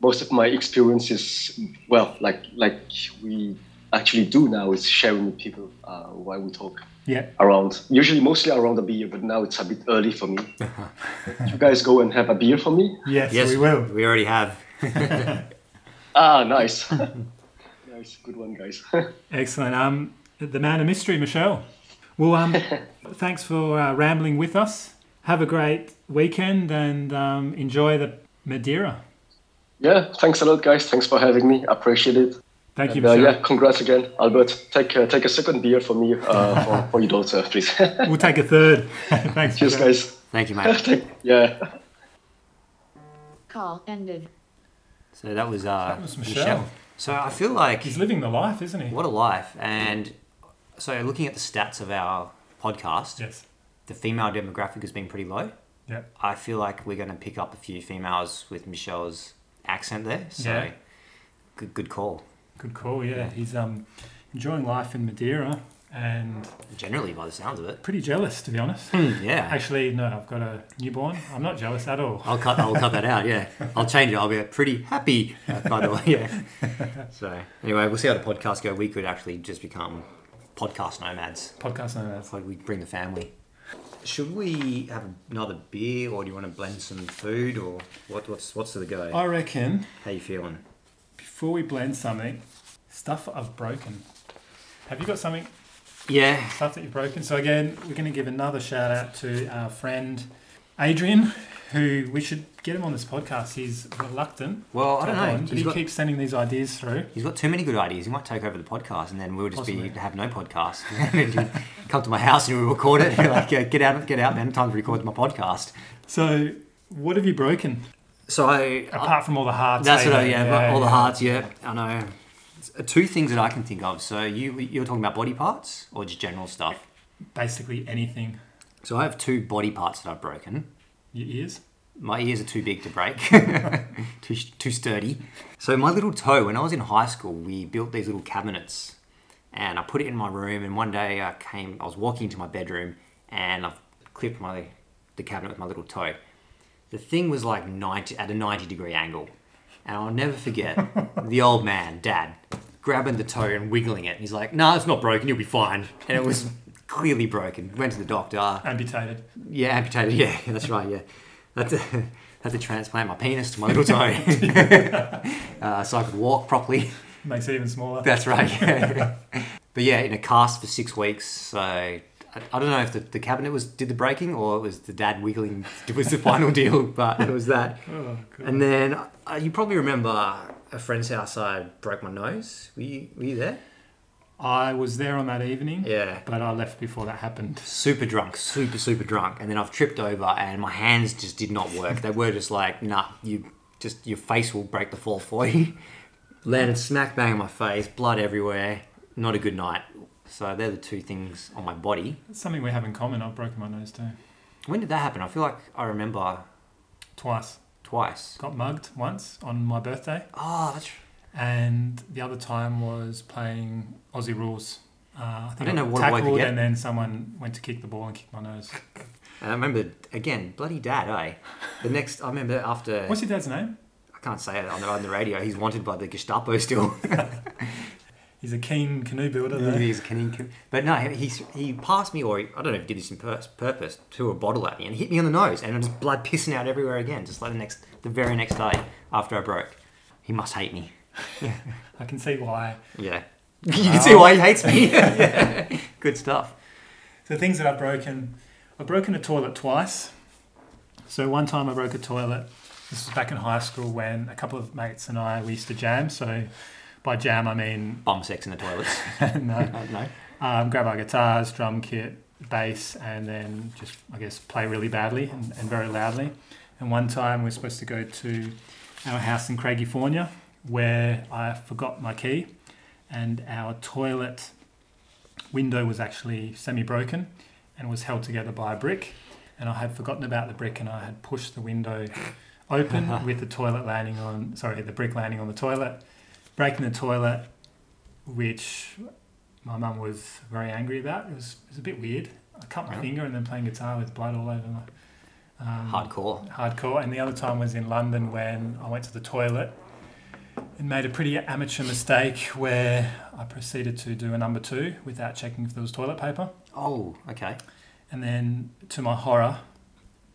most of my experience is well, like like we actually do now is sharing with people uh, while we talk
Yeah.
around. Usually, mostly around a beer, but now it's a bit early for me. you guys go and have a beer for me.
Yes,
Yes,
we will.
We already have.
Ah, nice, nice, good one, guys.
Excellent. Um, the man of mystery, Michelle. Well, um, thanks for uh, rambling with us. Have a great weekend and um, enjoy the Madeira.
yeah, thanks a lot, guys. Thanks for having me. Appreciate it.
Thank you,
Uh,
Michelle.
yeah, congrats again, Albert. Take uh, take a second beer for me uh, for, for your daughter, please.
We'll take a third. thanks,
Cheers,
Michelle.
guys.
Thank you, mate.
Take- yeah.
Call ended.
So that was uh,
That was Michelle.
So I feel like
He's living the life, isn't he?
what a life. And so looking at the stats of our podcast,
Yes.
the female demographic has been pretty low.
Yeah.
I feel like we're going to pick up a few females with Michelle's accent there. So
Yeah.
good, good call.
Good call. Yeah. He's um, enjoying life in Madeira and
Generally, by the sounds of it.
pretty jealous, to be honest.
Hmm.
Yeah.
Actually, no, I've got a newborn. I'm not jealous at all.
I'll cut. I'll cut that out. Yeah, I'll change it. I'll be pretty happy. uh, By the way, yeah. So anyway, we'll see how the podcast go. We could actually just become podcast nomads.
Podcast no, that's
It's like we bring the family. Should we have another beer, or do you want to blend some food, or what? What's what's the go?
I reckon
How you feeling?
Before we blend something, stuff I've broken. Have you got something,
Yeah.
stuff that you've broken? So, again, we're going to give another shout out to our friend Adrian, who we should get him on this podcast. He's reluctant.
Well, I
to
don't
come
know.
on, but
He's
he
got,
keeps sending these ideas through.
he's got too many good ideas. He might take over the podcast, and then we'll just
Possibly.
be have no podcast. And he'd come to my house and we will record it. like, uh, get out, get out, man. Time to record my podcast.
So, what have you broken
So I,
apart from all the hearts?
That's
hey,
what I, yeah, but all the
yeah.
hearts, yeah. I know. It's, uh, Two things that I can think of. So you you're talking about body parts or just general stuff.
Basically anything.
So I have two body parts that I've broken.
Your ears.
My ears are too big to break, too, too sturdy. So my little toe, when I was in high school, we built these little cabinets, and I put it in my room. And one day I came, I was walking to my bedroom, and I clipped my the cabinet with my little toe. The thing was like ninety at a ninety degree angle, and I'll never forget the old man, Dad, grabbing the toe and wiggling it. And he's like, "No, it's not broken. You'll be fine." And it was clearly broken. Went to the doctor.
Amputated.
Yeah, amputated. Yeah, that's right. Yeah, that's a, had to transplant my penis to my little toe, uh, so I could walk properly.
Makes it even smaller.
That's right. Yeah. but yeah, in a cast for six weeks. So I, I don't know if the, the cabinet was did the breaking or it was the dad wiggling was the final deal, but it was that.
Oh, God.
And then uh, you probably remember a friend's house. I broke my nose. Were you, were you there?
I was there on that evening,
Yeah.
but I left before that happened.
super drunk, super super drunk, and then I've tripped over and my hands just did not work. They were just like, nah, you just your face will break the fall for you. Landed smack bang in my face, blood everywhere. Not a good night. So they're the two things on my body.
That's something we have in common. I've broken my nose too.
When did that happen? I feel like I remember
Twice.
twice.
Got mugged once on my birthday,
Oh, that's.
and the other time was playing Aussie rules. Uh, I, think
I don't know what a way to
tackled,
get-
and then someone went to kick the ball and kicked my nose.
And I remember again, bloody dad, eh? The next, I remember after.
What's your dad's name?
I can't say it on the, on the radio. He's wanted by the Gestapo still.
He's a keen canoe builder.
Yeah,
Though.
he's a Canadian kid. But no, he, he passed me, or he, I don't know if he did this on pur- purpose, threw a bottle at me and hit me on the nose, and it was blood pissing out everywhere again, just like the next, the very next day after I broke. He must hate me.
I can see why.
Yeah. you can see why he hates me. yeah. Good stuff.
So things that I've broken, I've broken a toilet twice. So one time I broke a toilet. This was back in high school when a couple of mates and I we used to jam. So by jam I mean
Bum sex in the toilets.
no,
no.
um, grab our guitars, drum kit, bass, and then just I guess play really badly and, and very loudly. And one time we we're supposed to go to our house in Craigiefornia where I forgot my key, and our toilet window was actually semi-broken and was held together by a brick. And I had forgotten about the brick, and I had pushed the window open with the toilet landing on sorry the brick landing on the toilet, breaking the toilet, which my mum was very angry about. It was, it was a bit weird. I cut my
Yeah.
finger and then playing guitar with blood all over my. Um,
Hardcore.
hardcore. And the other time was in London when I went to the toilet and made a pretty amateur mistake where I proceeded to do a number two without checking if there was toilet paper.
Oh, okay.
And then to my horror,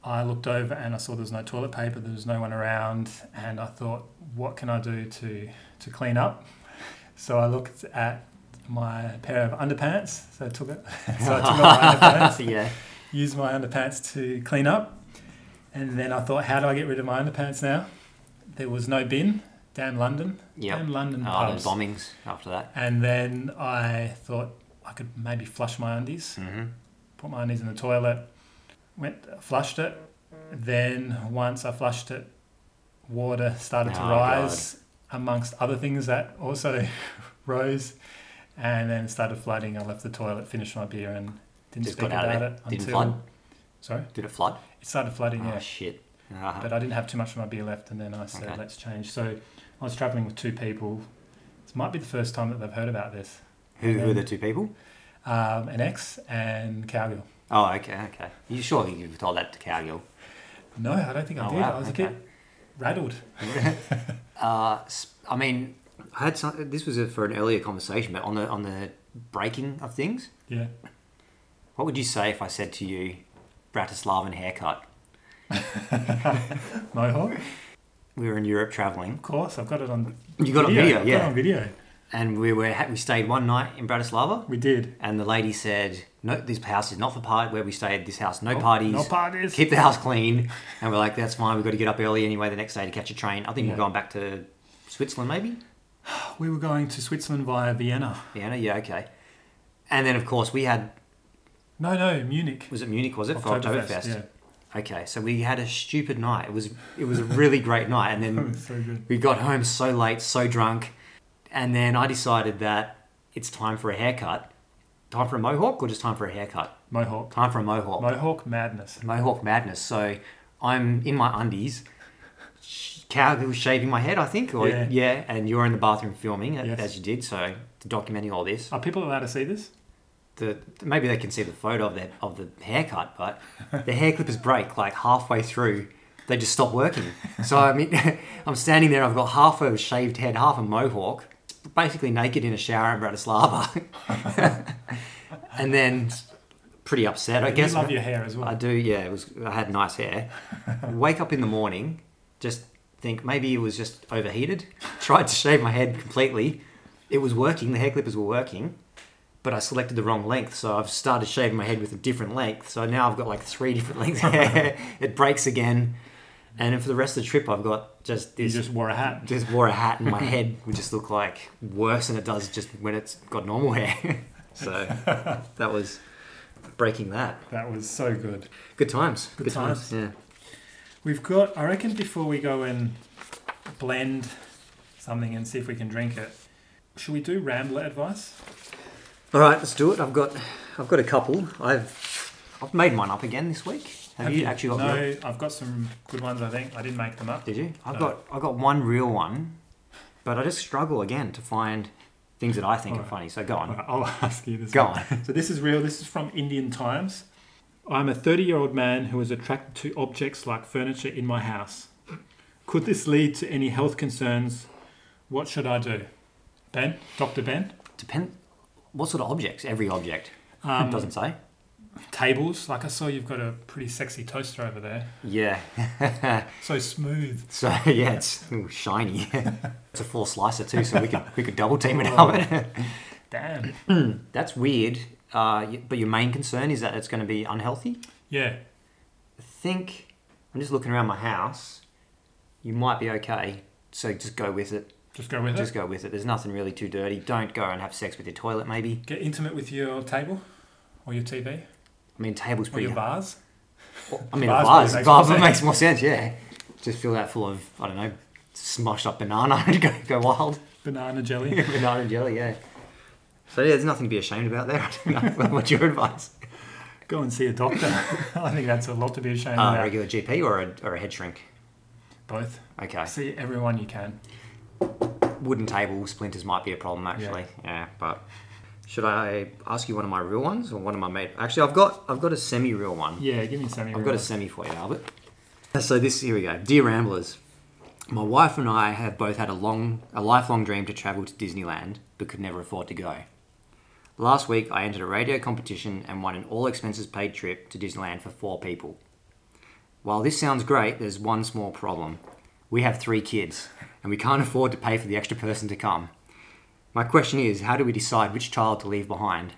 I looked over and I saw there was no toilet paper, there was no one around, and I thought, what can I do to, to clean up? So I looked at my pair of underpants. So I took it. So I took off my underpants
yeah.
used my underpants to clean up. And then I thought, how do I get rid of my underpants now? There was no bin. Damn London.
Yep.
Damn London
Oh,
Um, pubs.
the bombings after that.
and then I thought I could maybe flush my undies.
Mm-hmm.
Put my undies in the toilet. Went, flushed it. Then once I flushed it, water started to
Oh,
rise amongst other things that also rose. And then it started flooding. I left the toilet, finished my beer, and didn't
Just
speak
got out of
about
it.
it.
Didn't
until.
flood?
Sorry?
Did it flood?
It started flooding,
Oh,
yeah.
shit. Ah.
But I didn't have too much of my beer left, and then I said,
Okay.
let's change. So I was traveling with two people. This might be the first time that they've heard about this.
who, who are the two people?
Um, an ex and Cowgill.
Oh, okay, okay. You sure you could told that to Cowgill?
No, I don't think I
Oh,
did.
wow,
I was
okay.
a bit rattled.
Uh, s- I mean, I had some. This was a, for an earlier conversation, but on the on the breaking of things,
Yeah.
what would you say if I said to you, Bratislavan haircut?
Mohawk.
We were in Europe traveling.
Of course, I've got it on
You got it on video,
I've got
yeah.
it on video.
and we were we stayed one night in Bratislava,
We did.
and the lady said, "No, this house is not for part where we stayed. This house, Oh, no parties,
No parties.
keep the house clean." And we're like, "That's fine. We've got to get up early anyway the next day to catch a train. I think
Yeah.
we're going back to Switzerland, maybe
We were going to Switzerland via Vienna.
Vienna. Yeah, okay." And then of course we had
No, no, Munich.
was it Munich? Was it for
Oktoberfest,
Oktoberfest?
yeah.
Okay, so we had a stupid night. It was it was a really great night, and then
so good.
We got home so late, so drunk, and then I decided that it's time for a haircut. Time for a mohawk or just time for a haircut?
Mohawk.
Time for a mohawk.
Mohawk madness.
mohawk madness. So I'm in my undies, sh- cow shaving my head, I think, or
Yeah.
yeah, and you're in the bathroom filming a-
Yes.
as you did, so documenting all this.
Are people allowed to see this?
The, maybe they can see the photo of that of the haircut, but the hair clippers break like halfway through. They just stop working. So I mean, I'm standing there. I've got half a shaved head, half a mohawk, basically naked in a shower in Bratislava, and then pretty upset. I
you
guess
love your hair as well.
I do. Yeah, it was. I had nice hair. Wake up in the morning, just think maybe it was just overheated. Tried to shave my head completely. It was working. The hair clippers were working, but I selected the wrong length, so I've started shaving my head with a different length. So now I've got like three different lengths of hair. it breaks again, and then for the rest of the trip, I've got just
you
this. Just-
just wore a hat.
wore a hat and my head would just look like worse than it does just when it's got normal hair. so that was breaking that.
That was so good.
Good times.
Good
Good,
times.
times. Yeah.
We've got, I reckon, before we go and blend something and see if we can drink it, should we do Rambler advice?
All right, let's do it. I've got, I've got a couple. I've, I've made mine up again this week. Have, you, actually got?
No,
real-
I've got some good ones, I think. I didn't make them up.
Did you? I've
No.
got, I got one real one, but I just struggle again to find things that I think
All
are
right.
funny. So go on,
Alright, I'll ask you this.
go
one.
on.
So this is real. This is from Indian Times. I'm a 30 year old man who is attracted to objects like furniture in my house. Could this lead to any health concerns? What should I do? Ben? Dr. Ben?
Depend. What sort of objects? Every object.
Um,
Doesn't say.
Tables. Like I saw you've got a pretty sexy toaster over there.
Yeah.
So smooth.
so yeah, it's ooh, shiny. it's a four slicer too, so we could we could double team it up.
Damn.
That's weird. Uh, y- but your main concern is that it's going to be unhealthy.
Yeah.
think I'm just looking around my house. You might be okay, so just go with it.
Just go with
Just
it.
go with it. There's nothing really too dirty. Don't go and have sex with your toilet, maybe.
Get intimate with your table or your TV
I mean, table's
or
pretty.
your vase.
I mean,
Bars
a
probably
vase.
makes
Makes,
more sense.
makes more sense. Yeah. Just fill that full of I don't know, smushed up banana and go go wild.
Banana jelly.
banana and jelly, yeah. So yeah, there's nothing to be ashamed about there. I don't know. What's your advice?
go and see a doctor. I think that's a lot to be ashamed
Uh,
about.
regular GP or a, or a head shrink?
Both.
Okay.
See everyone you can.
wooden table splinters might be a problem actually. Yeah. but should I ask you one of my real ones or one of my made? Actually, I've got I've got a semi-real one.
Yeah, give me some.
I've got a semi for you, Albert. Uh, So this here we go. Dear Ramblers, my wife and I have both had a long a lifelong dream to travel to Disneyland, but could never afford to go. Last week I entered a radio competition and won an all expenses paid trip to Disneyland for four people. While this sounds great, there's one small problem. We have three kids, and we can't afford to pay for the extra person to come. My question is, how do we decide which child to leave behind?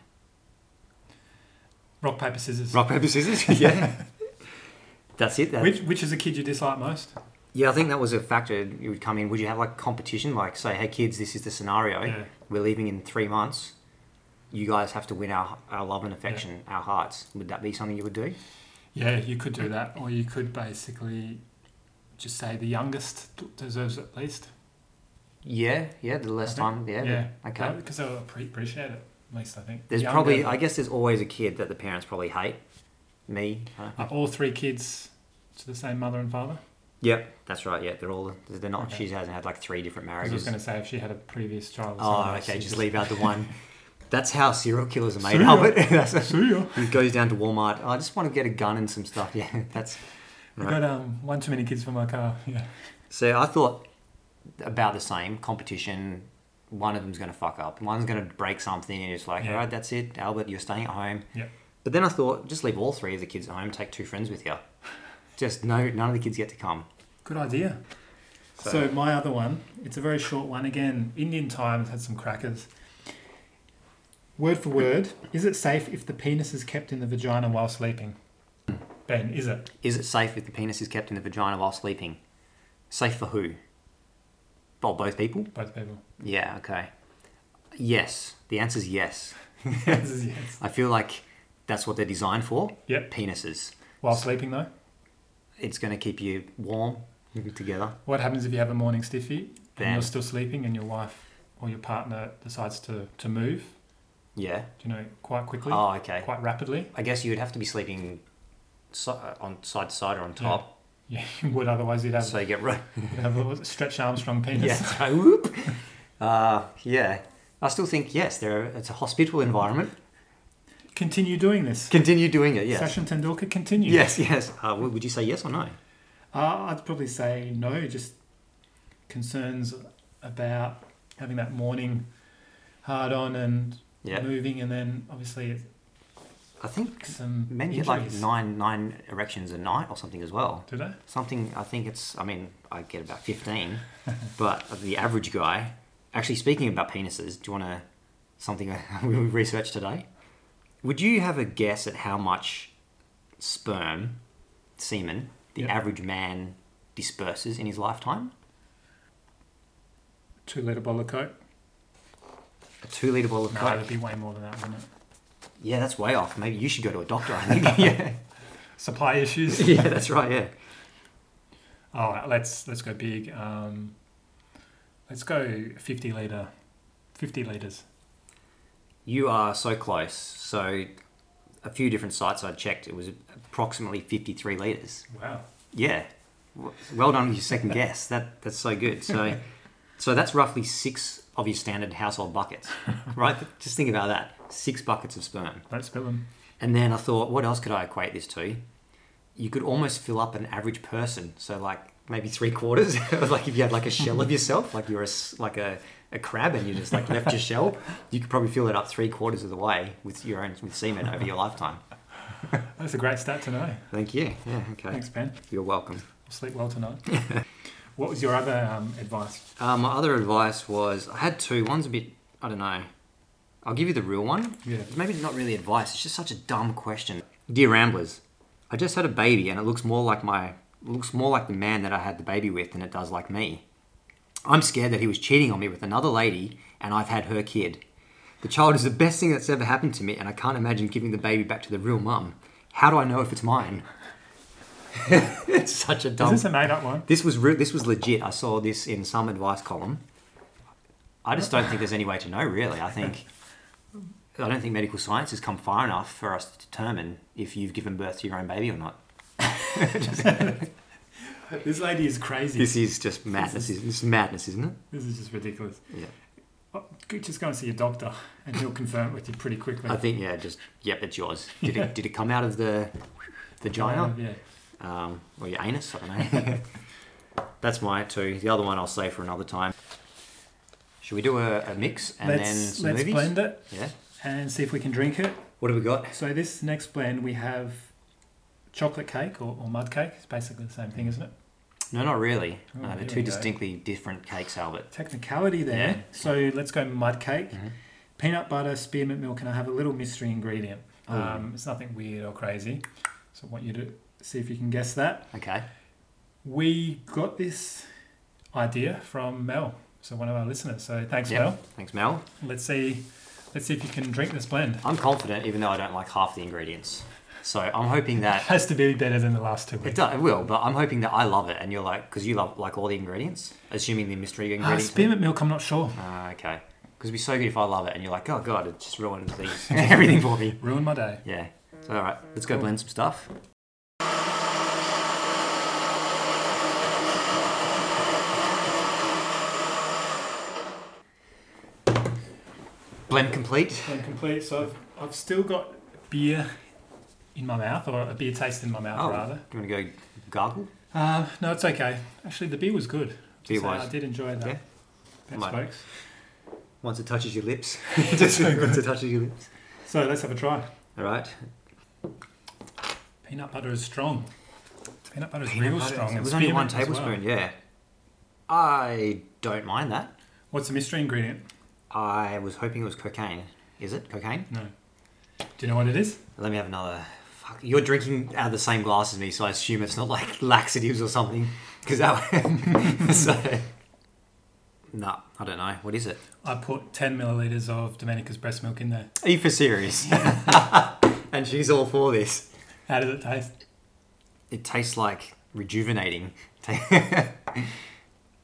Rock, paper, scissors.
Rock, paper, scissors? yeah. That's it. That,
Which, which is a kid you dislike most?
Yeah, I think that was a factor. You would come in. Would you have like competition? Like, say, hey kids, this is the scenario.
Yeah.
We're leaving in three months. You guys have to win our, our love and affection, our hearts. Would that be something you would do?
Yeah, you could do that. Or you could basically just say the youngest deserves at least.
Yeah, yeah. The less time, yeah. the- Okay.
Because they'll appre- appreciate it, at least, I think.
There's
Younger-
probably, I guess, there's always a kid that the parents probably hate. Me. Huh?
Are all three kids to the same mother and father?
Yep, that's right. Yeah, they're all. They're not.
Okay.
She hasn't had like three different
'Cause I was
marriages.
going to say if she had a previous child. or something
Oh,
else,
okay.
you
Just leave out the one. That's how serial killers are made,
Serial-
Albert. That's-
See ya.
he goes down to Walmart. "Oh, I just want to get a gun and some stuff. Yeah, that's
We've
Right.
got um, one too many kids for my car. Yeah.
So I thought about the same competition. One of them's going to fuck up. One's going to break something, and it's like,
Yeah.
all right, that's it, Albert. You're staying at home.
Yep.
But then I thought, just leave all three of the kids at home. Take two friends with you. Just no, none of the kids get to come.
Good idea. So, my other one, it's a very short one. Again, Indian time has had some crackers. Word for word, is it safe if the penis is kept in the vagina while sleeping? Ben, is it?
Is it safe if the penis is kept in the vagina while sleeping? Safe for who? Well, both people?
Both people.
Yeah, okay. Yes. The answer is yes.
yes, is yes.
I feel like that's what they're designed for.
Yep.
Penises.
While sleeping though,
It's going to keep you warm together.
what happens if you have a morning stiffy and
Then-
you're still sleeping and your wife or your partner decides to, to move,
Yeah.
you know, quite quickly,
Oh, okay.
quite rapidly?
I guess you would have to be sleeping si- uh, on side to side or on top.
Yeah, you would. Otherwise, you'd have,
So you get right.
you'd have a stretch Armstrong penis.
yeah. so whoop. Uh, yeah. I still think, yes, there. it's a hospital environment.
Continue doing this.
Continue doing it, yes.
Sachin Tendulkar, continue.
Yes, yes. Uh, w- would you say yes or no?
Uh, I'd probably say no, just concerns about having that morning hard on and
Yeah.
moving, and then obviously it's
I think
some
men get like
injuries.
nine nine erections a night or something as well.
Do they?
Something I think it's. I mean, I get about fifteen, but the average guy. Actually, speaking about penises, do you want to something we researched today? Would you have a guess at how much sperm, semen, the
Yep.
average man disperses in his lifetime?
Two liter bottle of coke.
A two-liter bottle of
No,
coke.
it'd be way more than that, wouldn't it?
Yeah, that's way off. Maybe you should go to a doctor. I think. yeah,
Supply issues.
yeah, that's right. Yeah.
Oh, let's let's go big. Um, let's go fifty liter, fifty liters.
You are so close. So, a few different sites I checked, it was approximately 53 litres.
Wow.
Yeah. W- Well done with your second guess. That That's so good. So, so that's roughly six of your standard household buckets, right? Just think about that six buckets of sperm.
Don't spill them.
And then I thought, what else could I equate this to? You could almost fill up an average person. So, like, maybe three quarters like if you had like a shell of yourself like you're a s like a, a crab and you just like left your shell you could probably fill it up three quarters of the way with your own with semen over your lifetime
That's a great stat to know.
thank you yeah okay
Thanks, Ben.
you're welcome
I'll sleep well tonight. what was your other um, advice?
uh, my other advice was i had two one's a bit i don't know i'll give you the real one
Yeah.
maybe not really advice it's just such a dumb question dear ramblers i just had a baby and it looks more like my looks more like the man that i had the baby with than it does like me i'm scared that he was cheating on me with another lady and i've had her kid the child is the best thing that's ever happened to me and i can't imagine giving the baby back to the real mum how do i know if it's mine it's such a
Is
dumb
this a made up one?
this was re- this was legit. I saw this in some advice column. I just don't think there's any way to know, really. I think I don't think medical science has come far enough for us to determine if you've given birth to your own baby or not.
This lady is crazy.
This is just madness. Is, this is madness, isn't it?
This is just ridiculous.
Yeah.
Well, go- Just go and see your doctor, and he'll confirm it with you pretty quickly.
I think yeah. Just yep, it's yours. Did it did it come out of the vagina?
Yeah.
um, or your anus. I don't know. That's my two. The other one I'll save for another time. Should we do a, a mix and then
let's
some
let's
movies?
blend it
Yeah.
and see if we can drink it.
What have we got?
So this next blend we have chocolate cake or, or mud cake. It's basically the same thing, isn't it?
No, not really.
Oh,
no,
here
they're
we
two
go.
distinctly different cakes, Albert.
Technicality there.
Yeah. Mm-hmm.
So let's go mud cake. Peanut butter, spearmint milk, and I have a little mystery ingredient.
Oh.
Um, it's nothing weird or crazy. So I want you to see if you can guess that.
Okay.
We got this idea from Mel, so one of our listeners. So thanks,
Yeah.
Mel.
Thanks, Mel.
Let's see, let's see if you can drink this blend.
I'm confident, even though I don't like half the ingredients. So I'm hoping that
has to be better than the last two
it,
weeks.
does, it will, but I'm hoping that I love it, and you're like, because you love like all the ingredients, assuming the mystery
Ah,
ingredients.
spearmint milk. I'm not sure.
Ah, okay. Because it'd be so good if I love it, and you're like, oh god, it just ruined these everything for me.
Ruined my day.
Yeah. So all right, let's go blend some stuff. Blend complete.
Blend complete. So I've, I've still got beer in my mouth, or a beer taste in my mouth
Oh,
rather.
do you want to go gargle?
Uh, no, it's okay. Actually, the beer was good.
Beer
So
was.
I did enjoy that.
Yeah.
Thanks,
Might.
folks.
Once it touches your lips. Just once it touches your lips.
So let's have a try.
All right.
Peanut butter is strong. Peanut butter is
Peanut
real
butter.
strong.
It
and
was only one
spearmint as well.
tablespoon, yeah. I don't mind that.
What's the mystery ingredient?
I was hoping it was cocaine. Is it cocaine?
No. Do you know what it is?
Let me have another. Fuck, you're drinking out of the same glass as me, so I assume it's not like laxatives or something. Because that. so. No, I don't know. What is it?
I put 10 milliliters of Domenica's breast milk in there.
Are you for serious? and she's all for this.
How does it taste?
It tastes like rejuvenating. I,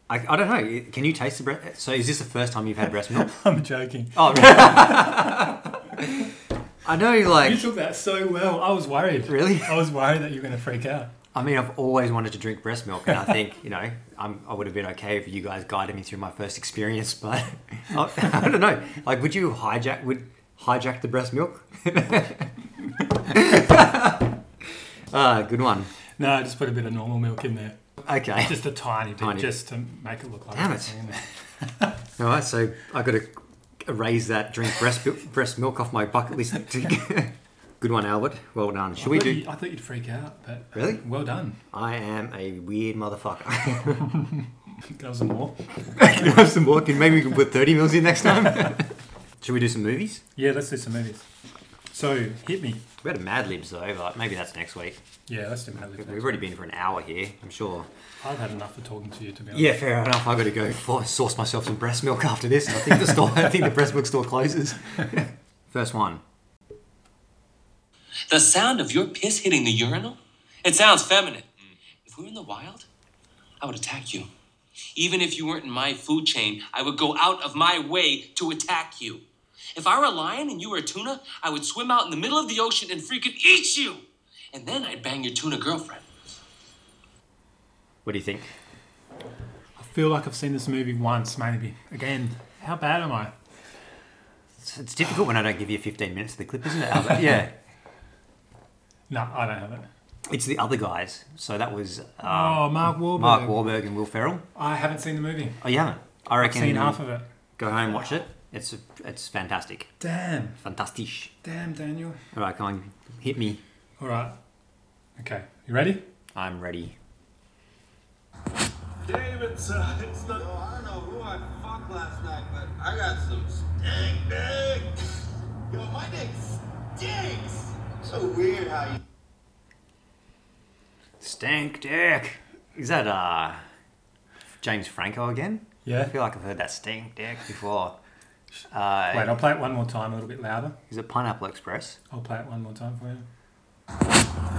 I don't know. Can you taste the breast? So is this the first time you've had breast milk?
I'm joking.
Oh, right. I know.
You
Like,
took that so well. I was worried.
Really?
I was worried that you were going to freak out.
I mean, I've always wanted to drink breast milk, and I think you know, I'm, I would have been okay if you guys guided me through my first experience. But I, I don't know. Like, would you hijack? Would hijack the breast milk? Ah, good one.
No, I just put a bit of normal milk in there.
Okay.
Just a tiny bit,
Tiny.
just to make it look like
Damn
there's
it.
something in there.
All right, so I got to erase that drink breast mil- breast milk off my bucket list. Good one, Albert. Well done. Should
I
we
thought
do?
you- I thought you'd freak out, but
Really?
well done.
I am a weird motherfucker.
That was some more.
Can I have some more? Can maybe we can put thirty mils in next time. Should we do some movies?
Yeah, let's do some movies. So hit me.
We had a Mad Libs though, but maybe that's next week.
Yeah, let's do Mad Libs.
We've already been for an hour here. I'm sure.
I've had enough of talking to you, to be honest.
Yeah, fair enough. I got to go for, source myself some breast milk after this. I think the store. I think the breast milk store closes. First one.
The sound of your piss hitting the urinal? It sounds feminine. If we were in the wild, I would attack you. Even if you weren't in my food chain, I would go out of my way to attack you. If I were a lion and you were a tuna, I would swim out in the middle of the ocean and freaking eat you! And then I'd bang your tuna girlfriend.
What do you think?
I feel like I've seen this movie once, maybe. Again, how bad am I?
It's, it's difficult when I don't give you 15 minutes of the clip, isn't it, Albert? Yeah.
No, I don't have it.
It's the other guys. So that was uh,
Oh, Mark Wahlberg.
Mark Wahlberg and Will Ferrell.
I haven't seen the movie.
Oh, you haven't? I reckon.
Seen half of it.
Go home, watch it. It's it's fantastic.
Damn.
Fantastisch.
Damn, Daniel.
All right, come on, hit me.
All right. Okay. You ready?
I'm ready.
Damn, it's, uh, it's
So I don't know who I fucked last night, but I got some stink dick. Yo, my dick stinks. So weird how you.
Stank dick. Is that uh James Franco again? I
Yeah.
feel like I've heard that stank dick before.
Wait, I'll play it one more time, a little bit louder.
Is it Pineapple Express?
I'll play it one more time for you.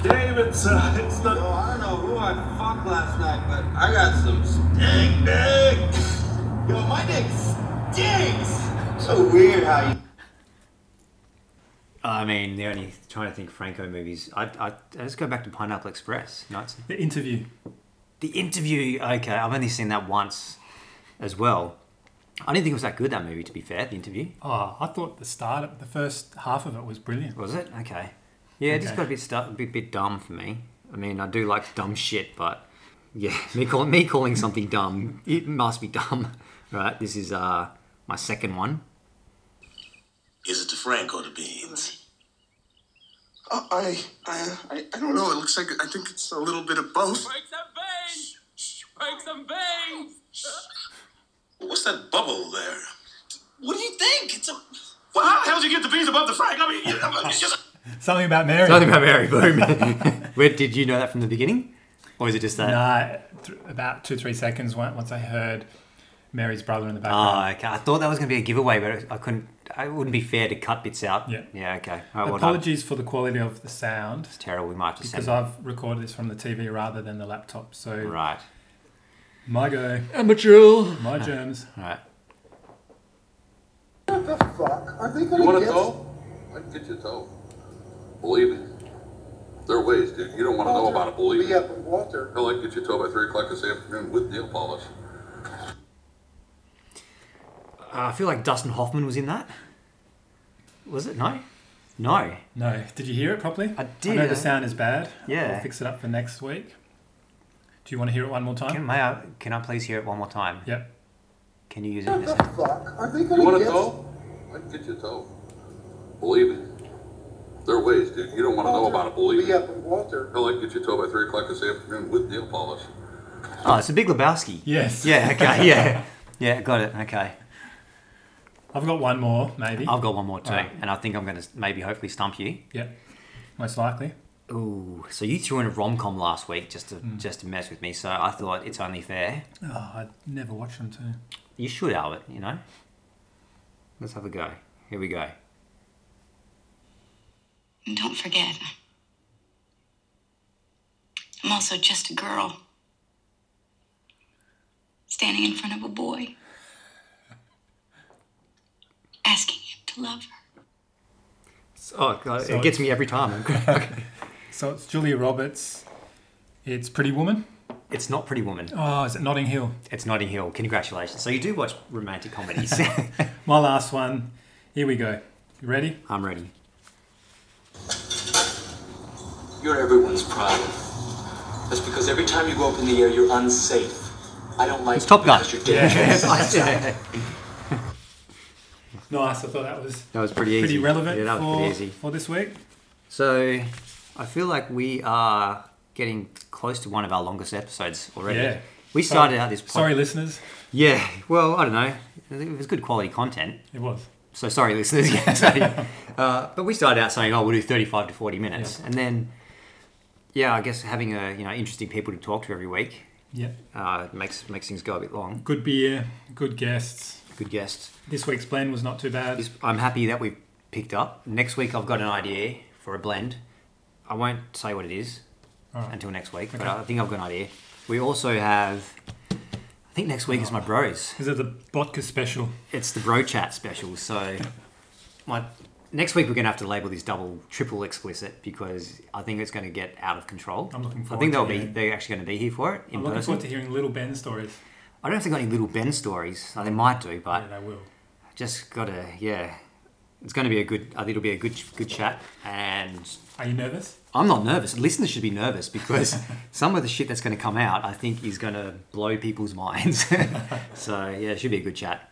Damn, it's, uh, it's
So I don't know who I fucked last night, but I got some stink dick. Yo, my dick stinks. So weird how you.
I mean, the only trying to think Franco movies. I I, I just go back to Pineapple Express. No, it's,
The interview.
the interview. Okay, I've only seen that once, as well. I didn't think it was that good that movie. To be fair, the interview
Oh, I thought the start, the first half of it was brilliant.
was it okay? Yeah, it just
Okay.
got a bit stu- a bit, bit dumb for me. I mean, I do like dumb shit, but yeah, me call, me calling something dumb, it must be dumb, right? This is uh my second one.
Is it the Frank or the beans?
Uh, I, I, I, I don't know. It looks like I think it's a little bit of both.
Break some veins! Break some veins!
What's that bubble there?
What do you think? It's a.
Well, how the hell did you get the beans above the Frank? I mean, you- I'm- it's just.
Something about Mary.
Nothing about Mary Boom. Where did you know that from the beginning, or is it just that?
Nah, th- about two, three seconds on- once I heard Mary's brother in the background.
Oh, okay. I thought that was going to be a giveaway, but I couldn't. It wouldn't be fair to cut bits out.
Yeah.
Yeah. Okay. All right. Well done.
Apologies for the quality of the sound
It's terrible. We might have to
because
send.
I've recorded this from the TV rather than the laptop. So
Right.
my go,
Amateur.
my germs.
All right.
Fuck. Are they gonna
You want a
get
toe? I can get you a toe. Believe me. There are ways, dude. You don't want to know about it, believe me.
Yeah, but Walter.
Hell, I can get you a toe by 3 o'clock this afternoon with nail polish.
Uh, I feel like Dustin Hoffman was in that. Was it? No. No.
No, did you hear it properly?
I did,
I know the
I-
sound is bad.
Yeah.
I'll fix it up for next week. Do you want to hear it one more time?
Can, may I, can I please hear it one more time?
Yep.
Can you use it in this?
Fuck. Are they
You
gonna
want a
get
toe? I can get you a toe. Believe me. There are ways, dude. You don't want to know about it, believe me.
Yeah, but Walter.
Hell, I can get you a toe by 3 o'clock this afternoon with nail polish.
Oh, it's a Big Lebowski.
Yes.
Yeah. Okay. Yeah. Yeah. Got it. Okay.
I've got one more, maybe.
I've got one more too,
Alright.
and I think I'm going to maybe hopefully stump you.
Yeah. Most likely.
Ooh. Mm. So you threw in a rom com last week just to just to mess with me. So I thought it's only fair.
Oh, I'd never watch them too.
You should, Albert. You know. Let's have a go. Here we go.
And don't forget, I'm also just a girl standing in front of a boy, asking him to love her.
Oh God,
So
it gets me every time.
So it's Julia Roberts. It's Pretty Woman.
it's not Pretty Woman.
Oh, is it Notting Hill?
It's Notting Hill. Congratulations. So you do watch romantic comedies.
My last one. Here we go. You ready?
I'm ready.
You're everyone's problem. That's because every time you go up in the air, you're unsafe. I don't like
It's Top
you
Gun.
because you're dangerous.
that
Nice. I thought that was
was pretty easy.
pretty relevant
Yeah, that was
for,
pretty easy.
for this week.
So I feel like we are getting close to one of our longest episodes already.
Yeah.
We started out this. pod-
Sorry, listeners.
Yeah. Well, I don't know. It was good quality content.
It was.
So sorry, listeners. Yeah, sorry. uh, but we started out saying, "Oh, we'll do thirty-five to forty minutes," and then, yeah, I guess having a you know interesting people to talk to every week
Yeah.
uh, makes makes things go a bit long.
Good beer, good guests.
Good guests.
This week's blend was not too bad.
This- I'm happy that we've picked up. Next week, I've got an idea for a blend. I won't say what it is
Alright.
until next week, but I think I've got an idea. We also have, I think next week is my bros.
Is it the vodka special?
It's the bro chat special. So, my next week we're going to have to label this double, triple explicit because I think it's going to get out of control.
I'm looking
I
forward
think they'll
to
be
hearing-
they're actually going to be here for it in
I'm looking
person.
forward to hearing Little Ben stories.
I don't know if they've got any little Ben stories. Oh, they might do, but
Yeah, they will.
just gotta yeah. It's going to be a good. I think it'll be a good good chat and.
Are you nervous?
I'm not nervous. Listeners should be nervous because some of the shit that's going to come out, I think, is going to blow people's minds. so yeah, it should be a good chat.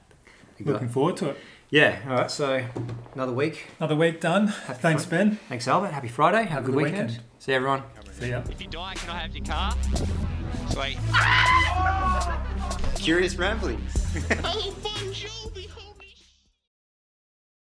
Looking forward to it.
Yeah. All right. So another week.
Another week done. Thanks, Ben.
Thanks, Albert. Happy Friday. Have, a good
good
weekend.
weekend.
See you, everyone.
See ya.
If you die, can I have your car? Sweet.
Curious ramblings.
Oh, fuck, you'll be home.